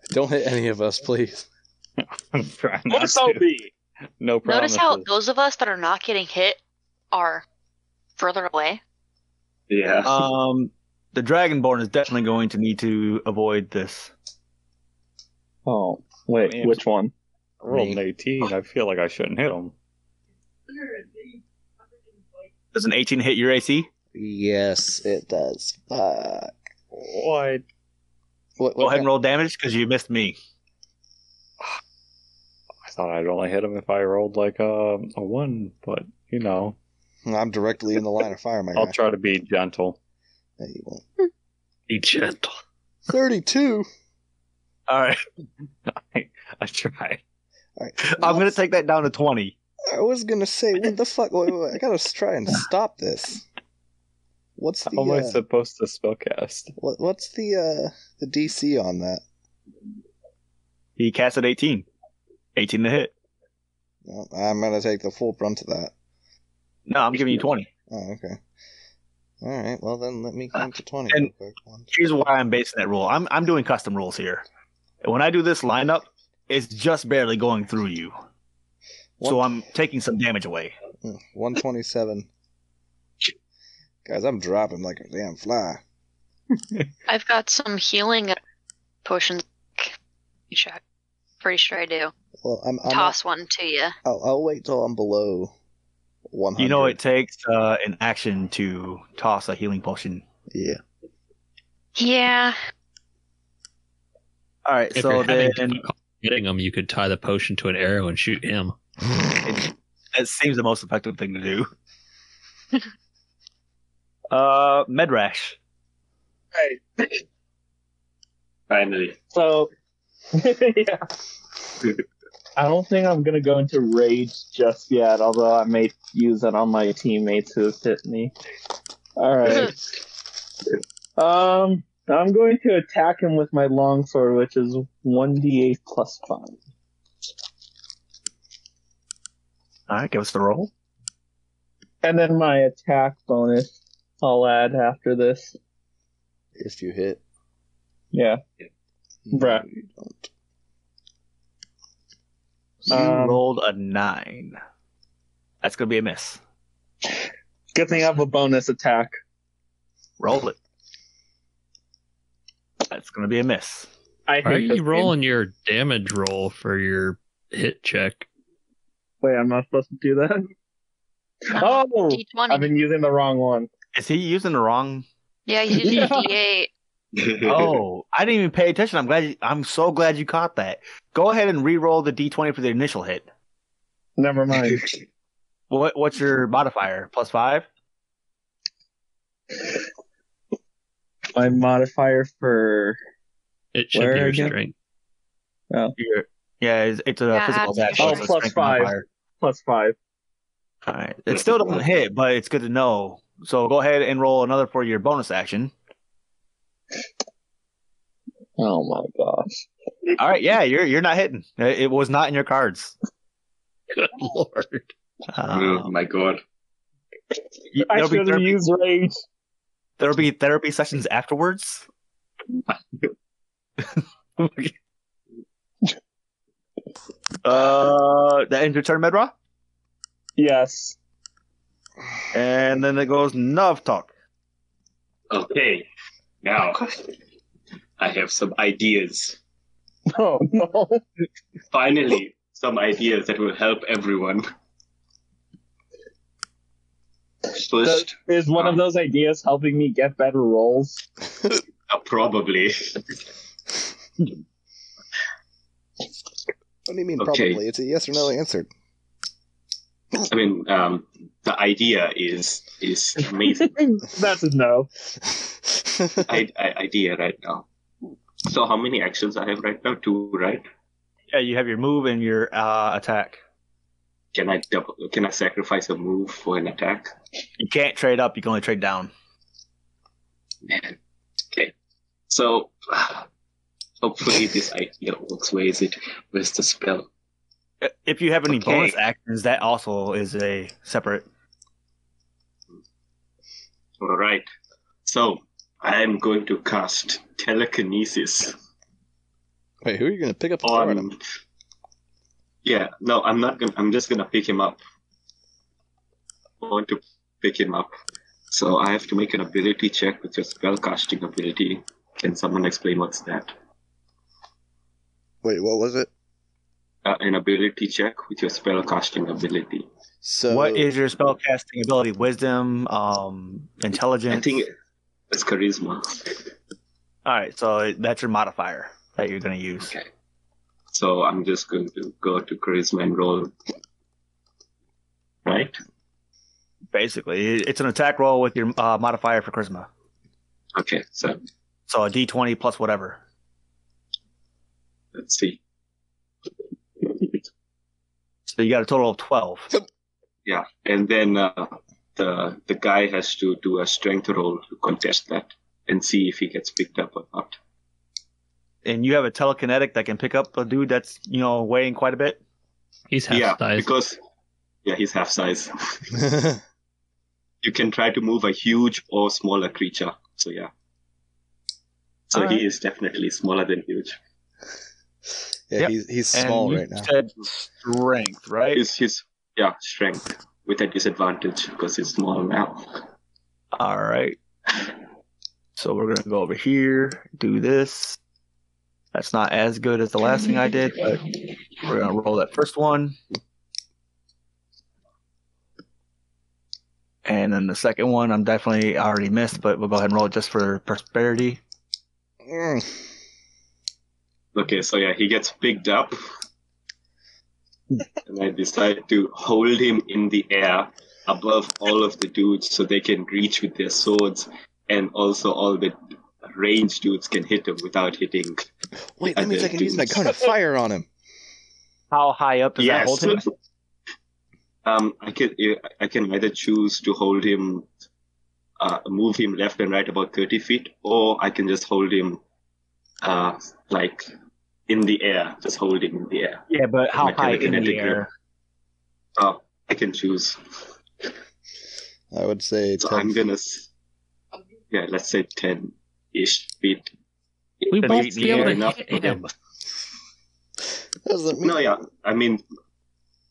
S2: Don't hit any of us, please.
S6: I'm trying not
S4: What's OB?
S6: to. No
S5: Notice
S6: promises.
S5: how those of us that are not getting hit are further away.
S7: Yeah.
S4: Uh,
S1: Um, the Dragonborn is definitely going to need to avoid this.
S4: Oh, wait,
S6: Man.
S4: which one?
S6: I rolled an 18. I feel like I shouldn't hit him.
S1: Does an 18 hit your AC?
S2: Yes, it does. Fuck.
S6: What?
S2: What,
S1: Go ahead and roll damage because you missed me.
S6: I thought I'd only hit him if I rolled like a, a one, but you know,
S2: I'm directly in the line of fire, my
S6: I'll
S2: guy.
S6: try to be gentle.
S2: No, you won't.
S3: Be gentle.
S2: 32.
S1: All right,
S6: I tried.
S2: All right.
S1: I'm gonna take that down to 20.
S2: I was going to say, what the fuck? Wait, wait, wait. I got to try and stop this. What's the
S6: How am I
S2: uh,
S6: supposed to spellcast?
S2: what, what's the uh, the DC on that?
S1: He cast at 18. 18 to hit.
S2: No, I'm going to take the full brunt of that.
S1: No, I'm giving you 20.
S2: Oh, okay. All right. Well, then let me count to 20
S1: Ah, and-
S2: real quick. One,
S1: Here's why I'm basing that rule. I'm I'm doing custom rules here. When I do this lineup, it's just barely going through you. So I'm taking some damage away.
S2: mm, One twenty-seven. Guys, I'm dropping like a damn fly.
S5: I've got some healing potions. Check. Pretty sure I do.
S2: Well, I'm. I'm
S5: Toss one to you.
S2: I'll, I'll wait till I'm below one hundred.
S1: You know, it takes uh, an action to toss a healing potion.
S2: Yeah.
S5: Yeah.
S1: All right,
S3: If
S1: so
S3: you're
S1: then
S3: having difficulty getting him, you could tie the potion to an arrow and shoot him.
S1: that seems the most effective thing to do. uh, Medrash.
S4: Right.
S7: Finally.
S4: So, yeah. I don't think I'm gonna go into rage just yet, although I may use it on my teammates who have hit me. Alright. um, I'm going to attack him with my longsword, which is 1d8 plus 5.
S1: All right, give us the roll.
S4: And then my attack bonus I'll add after this.
S2: If you hit,
S4: Yeah. Bruh.
S2: You don't.
S1: You
S4: Um,
S1: rolled a nine. That's gonna be a miss.
S4: Good thing I have a bonus attack.
S1: Roll it. That's gonna be a miss.
S4: I hate
S3: Why are
S4: this
S3: you
S4: game.
S3: rolling your damage roll for your hit check?
S4: Wait, I'm not supposed to do that?
S5: Um,
S4: oh!
S5: D20.
S4: I've been using the wrong one.
S1: Is he using the wrong?
S5: yeah, you did
S4: Yeah.
S5: D8.
S1: Oh, I didn't even pay attention. I'm glad. You... I'm so glad you caught that. Go ahead and re-roll the d20 for the initial hit.
S4: Never mind.
S1: What, what's your modifier? Plus five.
S4: My modifier for
S3: It should
S4: Where
S3: be your
S4: again?
S3: strength.
S1: Your... Yeah, it's, it's a
S5: Yeah,
S1: physical
S5: that's
S1: attack.
S5: your
S1: so it's a
S4: Oh, plus
S1: strength
S4: five.
S1: modifier.
S4: plus five.
S1: All right. It still doesn't hit, but it's good to know. So go ahead and roll another for your bonus action.
S4: Oh my gosh.
S1: All right. Yeah, you're you're not hitting. It it was not in your cards.
S3: Good lord.
S4: uh,
S7: oh
S1: Um,
S7: my god.
S1: y-
S4: I
S1: there'll, be
S4: should have
S1: therapy,
S4: used rage.
S1: there'll be therapy sessions afterwards. uh, that ends your turn, Medra,
S4: Yes.
S1: and then it goes Nov talk.
S7: Okay. Now, I have some ideas.
S4: Oh no.
S7: Finally, some ideas that will help everyone. First,
S4: Is one of those ideas helping me get better rolls?
S7: uh, probably.
S2: What do you mean?
S7: Okay.
S2: Probably. It's a yes or no answer.
S7: I mean, um, the idea is is amazing.
S4: That's a no.
S7: I, I, idea right now. So how many actions I have right now? Two, right?
S1: Yeah, you have your move and your uh, attack.
S7: Can I double? Can I sacrifice a move for an attack?
S1: You can't trade up. You can only trade down.
S7: Man, okay. So hopefully this idea works. Where is it? Where's the spell?
S1: Uh, If you have any
S7: Okay.
S1: bonus actions, that also is a separate.
S7: All right. So I'm going to cast telekinesis
S2: Wait, who are you gonna pick up the phone?
S7: on. Um, Yeah, no, I'm not gonna. I'm just gonna pick him up. I want to pick him up. So I have to make an ability check with your spell casting ability. Can someone explain what's that?
S2: Wait, what was it?
S7: Uh, an ability check with your spell casting ability.
S2: So
S1: what is your spellcasting ability? Wisdom, um, intelligence.
S7: I think it's charisma.
S1: All right, so that's your modifier that you're going to use.
S7: Okay. So I'm just going to go to charisma and roll. Right?
S1: Basically, it's an attack roll with your uh, modifier for charisma.
S7: Okay, so
S1: So a d20 plus whatever.
S7: let's see.
S1: So you got a total of 12.
S7: Yeah, and then uh, the the guy has to do a strength roll to contest that and see if he gets picked up or not.
S1: And you have a telekinetic that can pick up a dude that's, you know, weighing quite a bit.
S3: He's half
S7: yeah,
S3: size.
S7: because yeah, he's half size.
S2: All
S7: you can try to move a huge or smaller creature. So yeah. So he
S1: Alright.
S7: is definitely smaller than huge.
S2: Yeah,
S1: Yep.
S2: he's he's
S1: And
S2: small
S1: you
S2: right now.
S1: Said strength, right?
S7: Is his yeah strength with a disadvantage because he's small now.
S1: All right. So we're gonna go over here, do this. That's not as good as the last thing I did, but we're gonna roll that first one. And then the second one, I'm definitely already missed, but we'll go ahead and roll it just for prosperity.
S2: Mm.
S7: Okay, so yeah, he gets picked up, and I decide to hold him in the air above all of the dudes so they can reach with their swords, and also all the range dudes can hit him without hitting.
S2: Wait, that
S7: I
S2: means I
S7: did
S2: can
S7: do
S2: use my
S7: this.
S2: cone of fire on him.
S1: How high up does that hold him?
S7: um, I can I can either choose to hold him, uh, move him left and right about thirty feet, or I can just hold him, uh, like in the air, just hold him in the air.
S1: Yeah, but how high in the
S7: Mechanically.
S1: air?
S7: Oh, I can choose.
S2: I would say
S7: So
S2: 10
S7: I'm gonna, s- yeah, let's say ten ish feet.
S3: We
S1: Then
S3: both
S1: beat
S3: be
S1: the
S3: able
S1: air
S3: to
S7: enough
S3: hit
S7: for
S3: him.
S2: Doesn't
S7: No, yeah, I mean,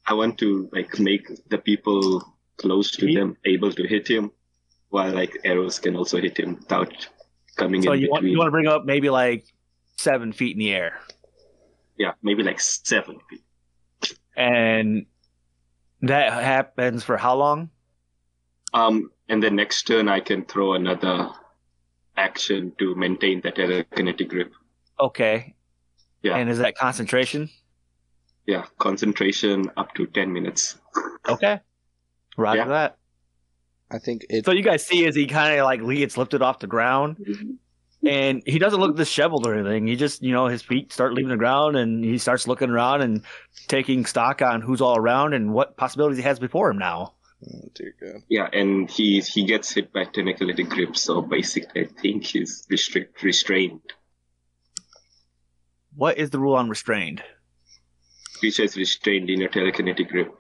S7: I want to like make the people close to
S1: He-
S7: them able to hit him, while like arrows can also hit him without coming
S1: So
S7: in
S1: you want,
S7: between.
S1: you want to bring up maybe like seven feet in the air,
S7: Yeah, maybe like seven feet.
S1: and that happens for how long?
S7: Um, and then next turn I can throw another action to maintain that telekinetic grip.
S1: Okay.
S7: Yeah.
S1: And is that concentration?
S7: Yeah, concentration up to ten minutes.
S1: Okay. Roger
S7: Yeah.
S1: that.
S2: I think it.
S1: So you guys see as he kind of like le- gets lifted off the ground, and he doesn't look disheveled or anything. He just, you know, his feet start leaving the ground, and he starts looking around and taking stock on who's all around and what possibilities he has before him now.
S2: Oh, dear God.
S7: Yeah, and he he gets hit by telekinetic grip, so basically I think he's restrict restrained.
S1: What is the rule on restrained?
S7: Creature is restrained in your telekinetic grip.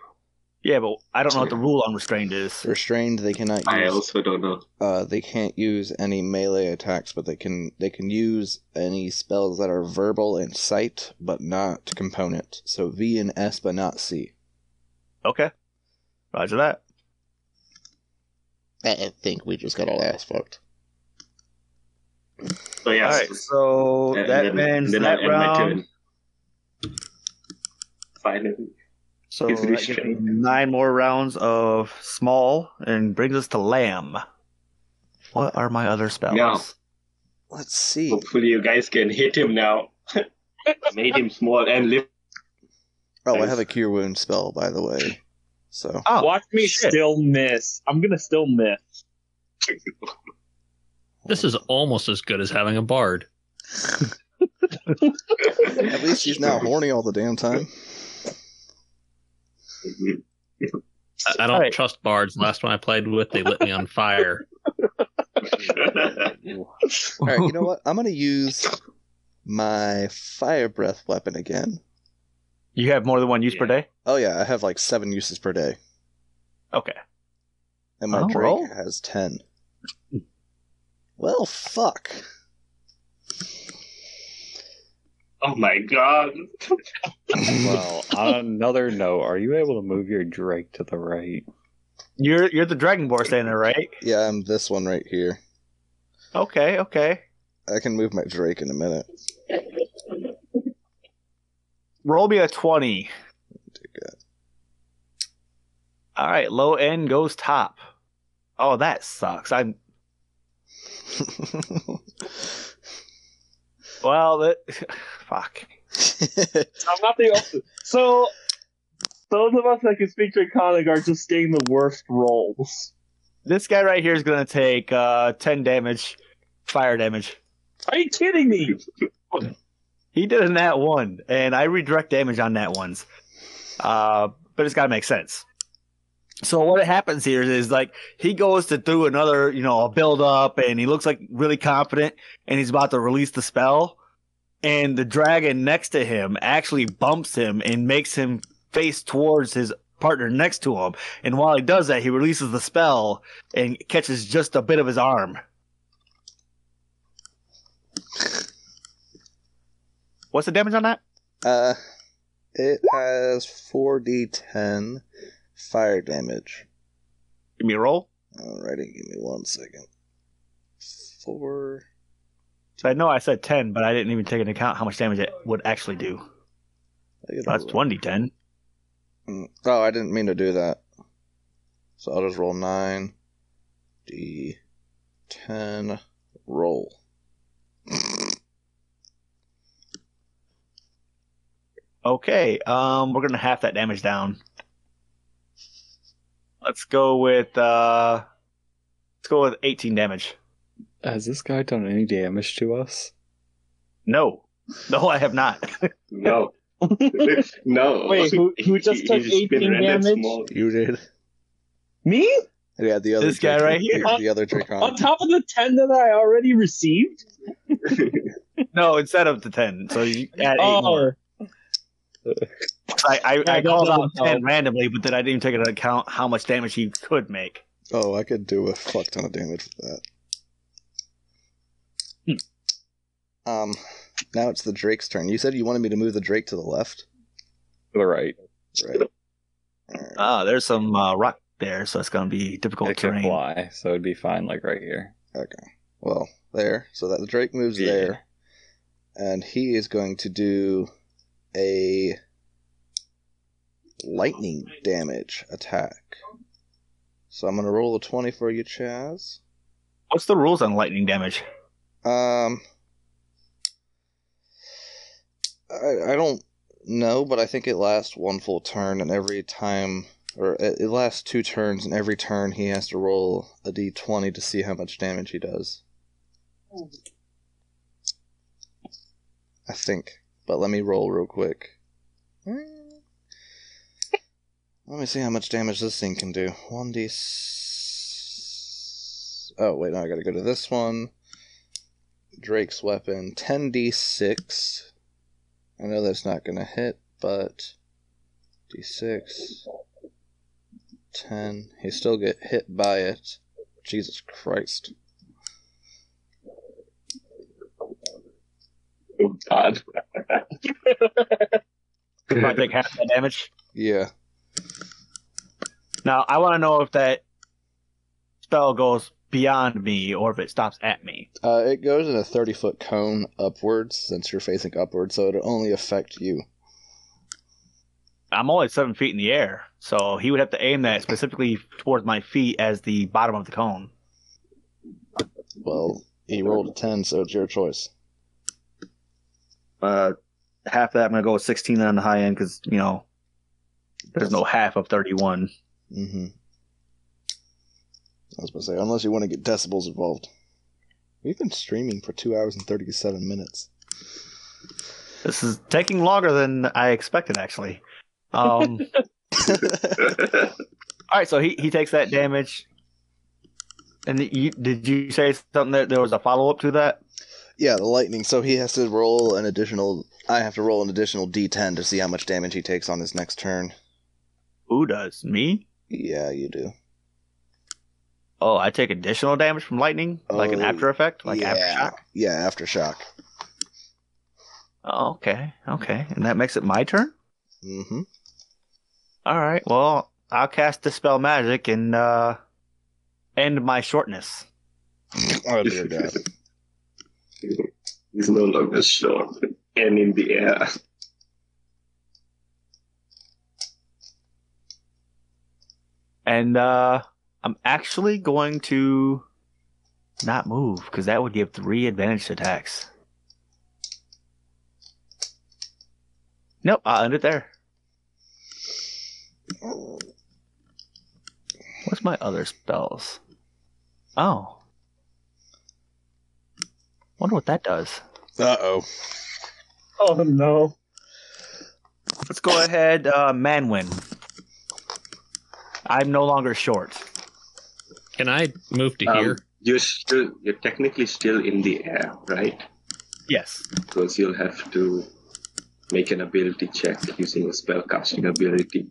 S1: Yeah, but I don't know what the rule on restrained is.
S2: Restrained, they cannot
S7: I
S2: use.
S7: also don't know.
S2: Uh, they can't use any melee attacks, but they can they can use any spells that are verbal and sight, but not component. So V and S, but not C.
S1: Okay. Roger that.
S2: I I think we just got all ass fucked.
S7: So yeah,
S1: All right. So
S7: and
S1: that
S7: then,
S1: ends
S7: then
S1: that
S7: I'll end my
S1: round.
S7: turn. Finally.
S1: So
S7: He's
S1: that gives us
S7: restrained.
S1: nine more rounds of small and brings us to lamb. What are my other spells?
S7: Now.
S2: Let's see.
S7: Hopefully you guys can hit him now. Made him small and lift
S2: Oh, I have a cure wound spell, by the way. So
S1: Oh,
S4: Watch me
S1: shit.
S4: still miss. I'm gonna still miss.
S3: This is almost as good as having a bard.
S2: at least he's not horny all the damn time.
S3: I, I don't
S1: Alright.
S3: trust bards. Last one I played with, they lit me on fire.
S2: All right, you know what? I'm gonna use my fire breath weapon again.
S1: You have more than one use per day?
S2: Oh yeah, I have like seven uses per day,
S1: Okay.
S2: and my
S1: Oh,
S2: Drake
S1: roll.
S2: has ten. Well, fuck.
S7: oh my god.
S6: well, on another note, are you able to move your Drake to the right?
S1: You're you're the Dragonborn standing there, right?
S2: Yeah, I'm this one right here.
S1: Okay, okay.
S2: I can move my Drake in a minute.
S1: Roll me a twenty. All right, low end goes top. Oh, that sucks. I'm well. That, fuck.
S4: I'm not the only. So those of us that can speak Draconic are just getting the worst rolls.
S1: This guy right here is gonna take uh, ten damage, fire damage.
S4: Are you kidding me?
S1: He did a nat one, and I redirect damage on nat ones. Uh, but it's got to make sense. So what happens here is like he goes to do another, you know, a build up, and he looks like really confident, and he's about to release the spell, and the dragon next to him actually bumps him and makes him face towards his partner next to him, and while he does that, he releases the spell and catches just a bit of his arm. What's the damage on that?
S2: Uh, it has 4d10 fire damage.
S1: Give me a roll.
S2: Alrighty, give me one second. Four.
S1: So I know I said 10, but I didn't even take into account how much damage it would actually do.
S2: I gotta
S1: So that's
S2: roll.
S1: 1d10.
S2: Mm. Oh, I didn't mean to do that. So I'll just roll 9, d10, roll.
S1: Okay, um, we're gonna half that damage down. Let's go with uh, let's go with 18 damage.
S6: Has this guy done any damage to us?
S1: No, no, I have not.
S7: No. no.
S4: Wait, who- who just
S7: He-
S4: took
S7: he's just been
S4: 18
S7: rendered
S4: damage?
S7: small.
S2: You did?
S4: Me?
S2: Yeah, the other
S1: This guy
S2: Dracon-
S1: right here.
S2: The other Dracon.
S4: On top of the 10 that I already received?
S1: no, instead of the 10, so you add eight more.
S4: Oh,
S1: I, I,
S4: Yeah,
S1: I
S4: that
S1: called out
S4: doesn't
S1: 10
S4: help.
S1: randomly, but then I didn't take into account how much damage he could make.
S2: Oh, I could do a fuck ton of damage with that.
S1: Hmm.
S2: Um, now it's the Drake's turn. You said you wanted me to move the Drake to the left,
S6: All right.
S2: right? Alright.
S1: Ah, there's some uh, rock there, so it's gonna be difficult
S6: It can
S1: terrain.
S6: fly, so it'd be fine, like right here.
S2: Well, there. So that the Drake moves
S6: Yeah.
S2: there, and he is going to do a lightning damage attack. So I'm going to roll a twenty for you, Chaz.
S1: What's the rules on lightning damage?
S2: Um, I, I don't know, but I think it lasts one full turn, and every time, or it, it lasts two turns, and every turn he has to roll a d20 to see how much damage he does. I think, but let me roll real quick. Let me see how much damage this thing can do. 1d. s- Oh, wait, no, I gotta go to this one. Drake's weapon, 10d6. I know that's not going to hit, but d6, 10. He still get hit by it. Jesus Christ.
S7: Oh, God.
S1: If I take half that damage.
S2: Yeah.
S1: Now, I want to know if that spell goes beyond me or if it stops at me.
S2: Uh, it goes in a 30 foot cone upwards since you're facing upward, so it'll only affect you.
S1: I'm only seven feet in the air, so he would have to aim that specifically towards my feet as the bottom of the cone.
S2: Well, he rolled a 10, so it's your choice.
S1: Uh, half that I'm gonna go with 16 on the high end because you know there's no half of 31.
S2: Mm hmm. I was about to say, unless you want to get decibels involved. We've been streaming for 2 hours and 37 minutes.
S1: This is taking longer than I expected, actually. Um, all right, so he he takes that damage. And you, did you say something that there was a follow up to that?
S2: Yeah, the lightning. So he has to roll an additional. I have to roll an additional D10 to see how much damage he takes on his next turn.
S1: Who does me?
S2: Yeah, you do.
S1: Oh, I take additional damage from lightning, like an
S2: Oh,
S1: after effect, like
S2: yeah.
S1: aftershock.
S2: Yeah, aftershock.
S1: Oh, okay, okay, and that makes it my turn.
S2: Mm-hmm.
S1: All right. Well, I'll cast dispel magic and uh, end my shortness.
S2: Oh dear God.
S7: He's no longer short and in the air.
S1: And uh, I'm actually going to not move because that would give three advantage attacks. Nope, I'll end it there. What's my other spells? Oh. Wonder what that does.
S2: Uh oh.
S4: oh no.
S1: Let's go ahead, uh, Manwin. I'm no longer short.
S3: Can I move to
S7: Um,
S3: here?
S7: you're still, you're technically still in the air, right?
S1: Yes.
S7: Because you'll have to make an ability check using a spellcasting ability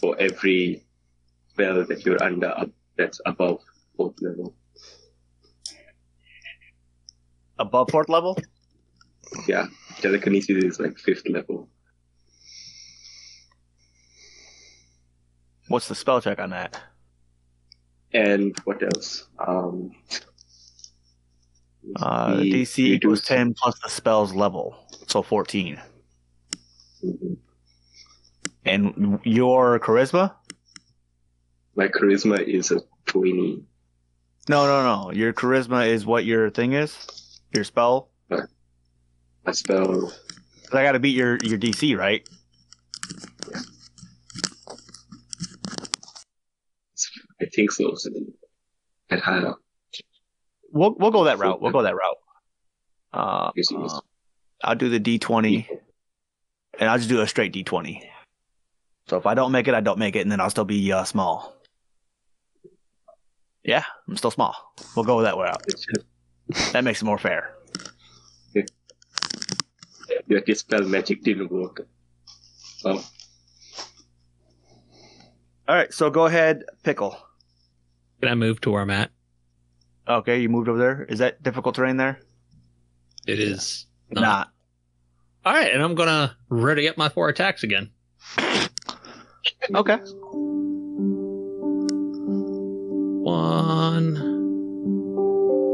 S7: for every spell that you're under up, that's above fourth level.
S1: Above fourth level?
S7: Yeah. telekinesis is like fifth level.
S1: What's the spell check on that?
S7: And what else? Um,
S1: Uh,
S7: we-
S1: DC
S7: we do
S1: equals
S7: some-
S1: 10 plus the spell's level, so 14.
S7: Mhm.
S1: And your charisma?
S7: My charisma is a twenty.
S1: No, no, no. Your charisma is what your thing is. Your spell.
S7: I spell
S1: 'Cause I got to beat your your DC, right?
S7: I think so. At higher
S1: We'll we'll go that route. We'll go that route. Uh, uh, I'll do the D20, and I'll just do a straight D20. So if I don't make it, I don't make it, and then I'll still be uh, small. Yeah, I'm still small. We'll go that way out. That makes it more fair.
S7: Your dispel magic didn't work. Oh,
S1: All right, so go ahead, pickle.
S3: Can I move to where I'm at?
S1: Okay, you moved over there. Is that difficult terrain there?
S3: It is not.
S1: Not.
S3: All right, and I'm gonna ready up my four attacks again.
S1: Okay.
S3: One,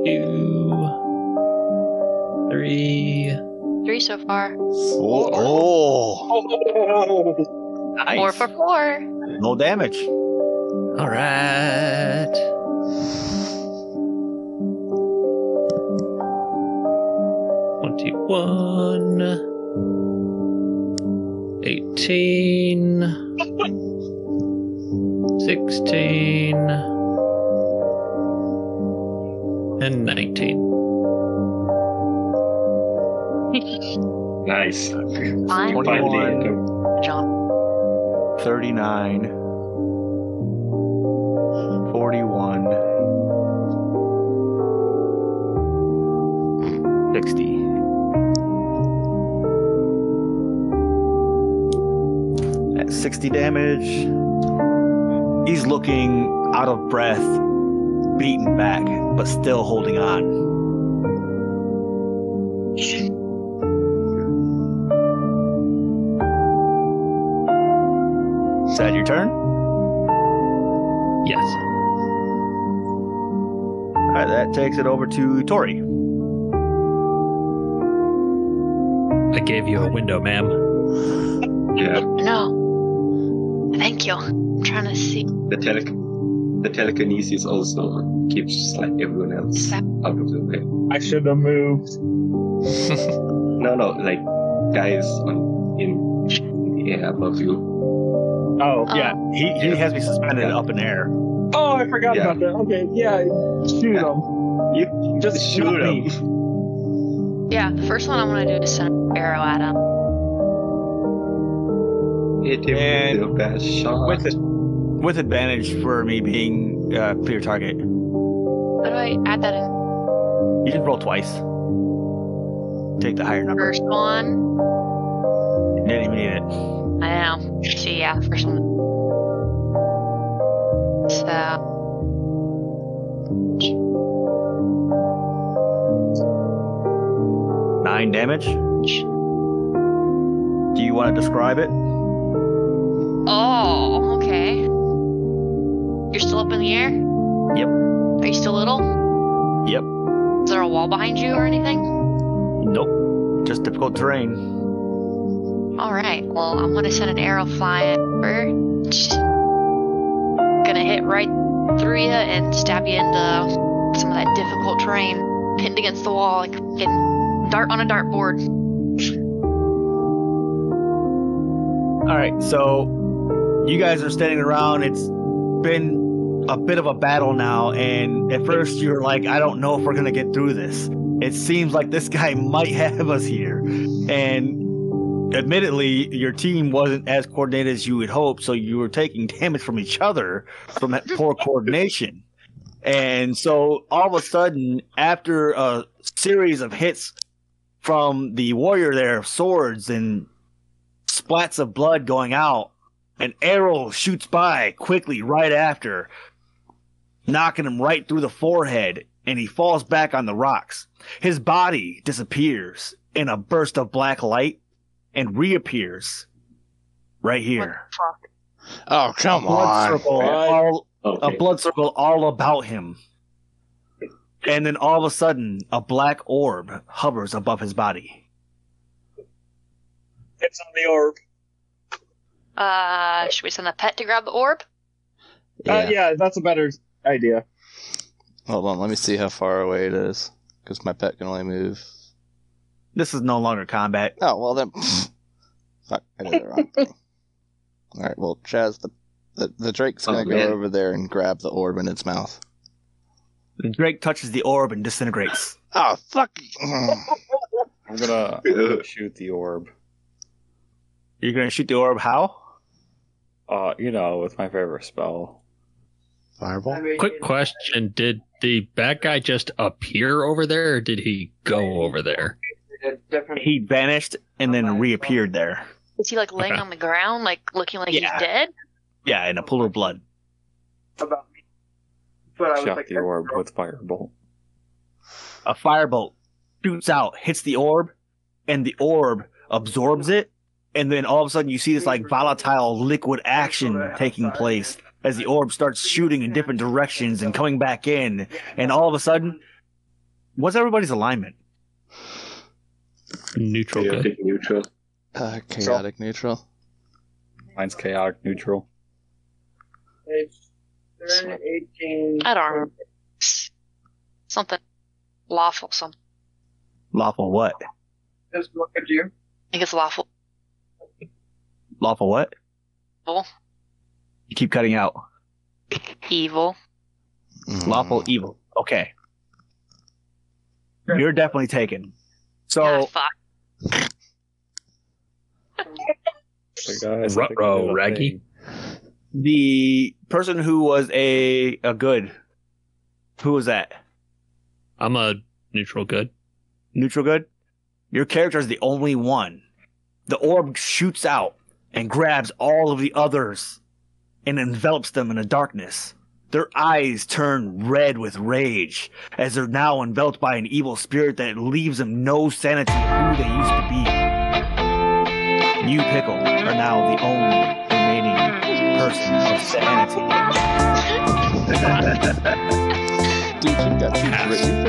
S3: two, three.
S5: Three so far.
S1: Oh, oh,
S3: Nice.
S5: Four for four.
S1: no damage.
S3: All right. Twenty-one. Eighteen. Sixteen. And nineteen.
S7: nice.
S1: Ah.
S5: Fine.
S7: Finally,
S5: Jump.
S1: 39 41 60 at 60 damage he's looking out of breath beaten back but still holding on is that your turn
S3: Yes.
S1: all right that takes it over to tori
S3: I gave you a window, ma'am.
S7: yeah.
S5: No. Thank you. I'm trying to see.
S7: The tele- the telekinesis also keeps like everyone else out of the way.
S4: Oh, I should have moved.
S7: No, no, like guys on in the air above you.
S4: Oh,
S5: Uh,
S4: yeah.
S1: he, he
S7: Yeah.
S1: has me suspended
S7: Yeah.
S1: up in air
S4: Oh, I forgot
S7: yeah.
S4: about that. Okay, yeah. Shoot
S7: Yeah.
S4: him.
S7: You
S4: Just
S7: shoot
S4: not me.
S7: him.
S5: Yeah, the first one I'm gonna do is send an arrow at him.
S7: Hit him
S1: And-
S7: with your best shot.
S1: with it with advantage for me being uh, clear target. You
S5: How do I add that in?
S1: can roll twice. Take the higher number.
S5: First one.
S1: You didn't even need it.
S5: I know. So yeah, first one. So
S1: Nine damage. Do you want to describe it?
S5: Oh, okay. You're still up in the air?
S1: Yep.
S5: Are you still little?
S1: Yep.
S5: Is there a wall behind you or anything?
S1: Nope. Just difficult terrain.
S5: Alright, well I'm gonna send an arrow flying over. Gonna hit right through you and stab you into some of that difficult terrain. Pinned against the wall like a fucking dart on a dartboard.
S1: All right, so you guys are standing around. It's been a bit of a battle now, and at first you're like, I don't know if we're gonna get through this. It seems like this guy might have us here, and admittedly, your team wasn't as coordinated as you would hope, so you were taking damage from each other from that poor coordination. And so all of a sudden, after a series of hits from the warrior there, of swords and splats of blood going out. An arrow shoots by quickly right after, knocking him right through the forehead. and he falls back on the rocks. His body disappears in a burst of black light and reappears right here.
S5: Fuck.
S10: Oh, come
S1: Blood
S10: on.
S1: circle
S4: What?
S1: all, a
S7: Okay.
S1: blood circle all about him. And then all of a sudden, a black orb hovers above his body.
S4: It's on the orb.
S5: Uh, should we send the pet to grab the orb?
S4: Yeah, uh, yeah that's a better idea.
S2: Hold on, let me see how far away it is. Because my pet can only move.
S1: This is no longer combat.
S2: Oh, well then. Fuck, I did the wrong thing. Alright, well, Chaz, the, the, the Drake's
S7: Oh,
S2: gonna go
S7: man.
S2: over there and grab the orb in its mouth.
S1: Drake touches the orb and disintegrates.
S10: Oh, fuck.
S6: I'm gonna I'm gonna shoot the orb.
S1: You're gonna shoot the orb how?
S6: Uh, you know, with my favorite spell.
S10: Fireball?
S3: Quick question: Did the bad guy just appear over there, or did he go over there?
S1: He vanished and then reappeared there.
S5: Is he like laying
S3: Okay.
S5: on the ground, like looking like
S1: Yeah.
S5: he's dead?
S1: Yeah, in a pool of blood.
S9: About me. But I was
S6: Shot
S9: like,
S6: the orb with firebolt.
S1: A firebolt shoots out, hits the orb, and the orb absorbs it. And then all of a sudden, you see this like volatile liquid action taking place as the orb starts shooting in different directions and coming back in. And all of a sudden, what's everybody's alignment?
S3: Neutral. good.
S7: Chaotic neutral.
S2: Uh, chaotic neutral.
S6: Mine's chaotic neutral.
S9: They're in 18.
S5: I don't remember. Something lawful. Something.
S1: Lawful what?
S9: Just look at you.
S5: I think it's lawful.
S1: Lawful what?
S5: Evil.
S1: You keep cutting out.
S5: Evil.
S2: Mm.
S1: Lawful evil. Okay. You're definitely taken. So.
S5: Ah, fuck.
S6: So guys, I think we
S3: Ruh-roh,
S6: did a
S3: Raggy.
S6: thing.
S1: the person who was a a good who was that
S3: I'm a neutral good.
S1: neutral good your character is the only one the orb shoots out and grabs all of the others and envelops them in a darkness their eyes turn red with rage as they're now enveloped by an evil spirit that leaves them no sanity of who they used to be you pickle are now the only remaining person of sanity
S2: Dude, you've got two, dra- you've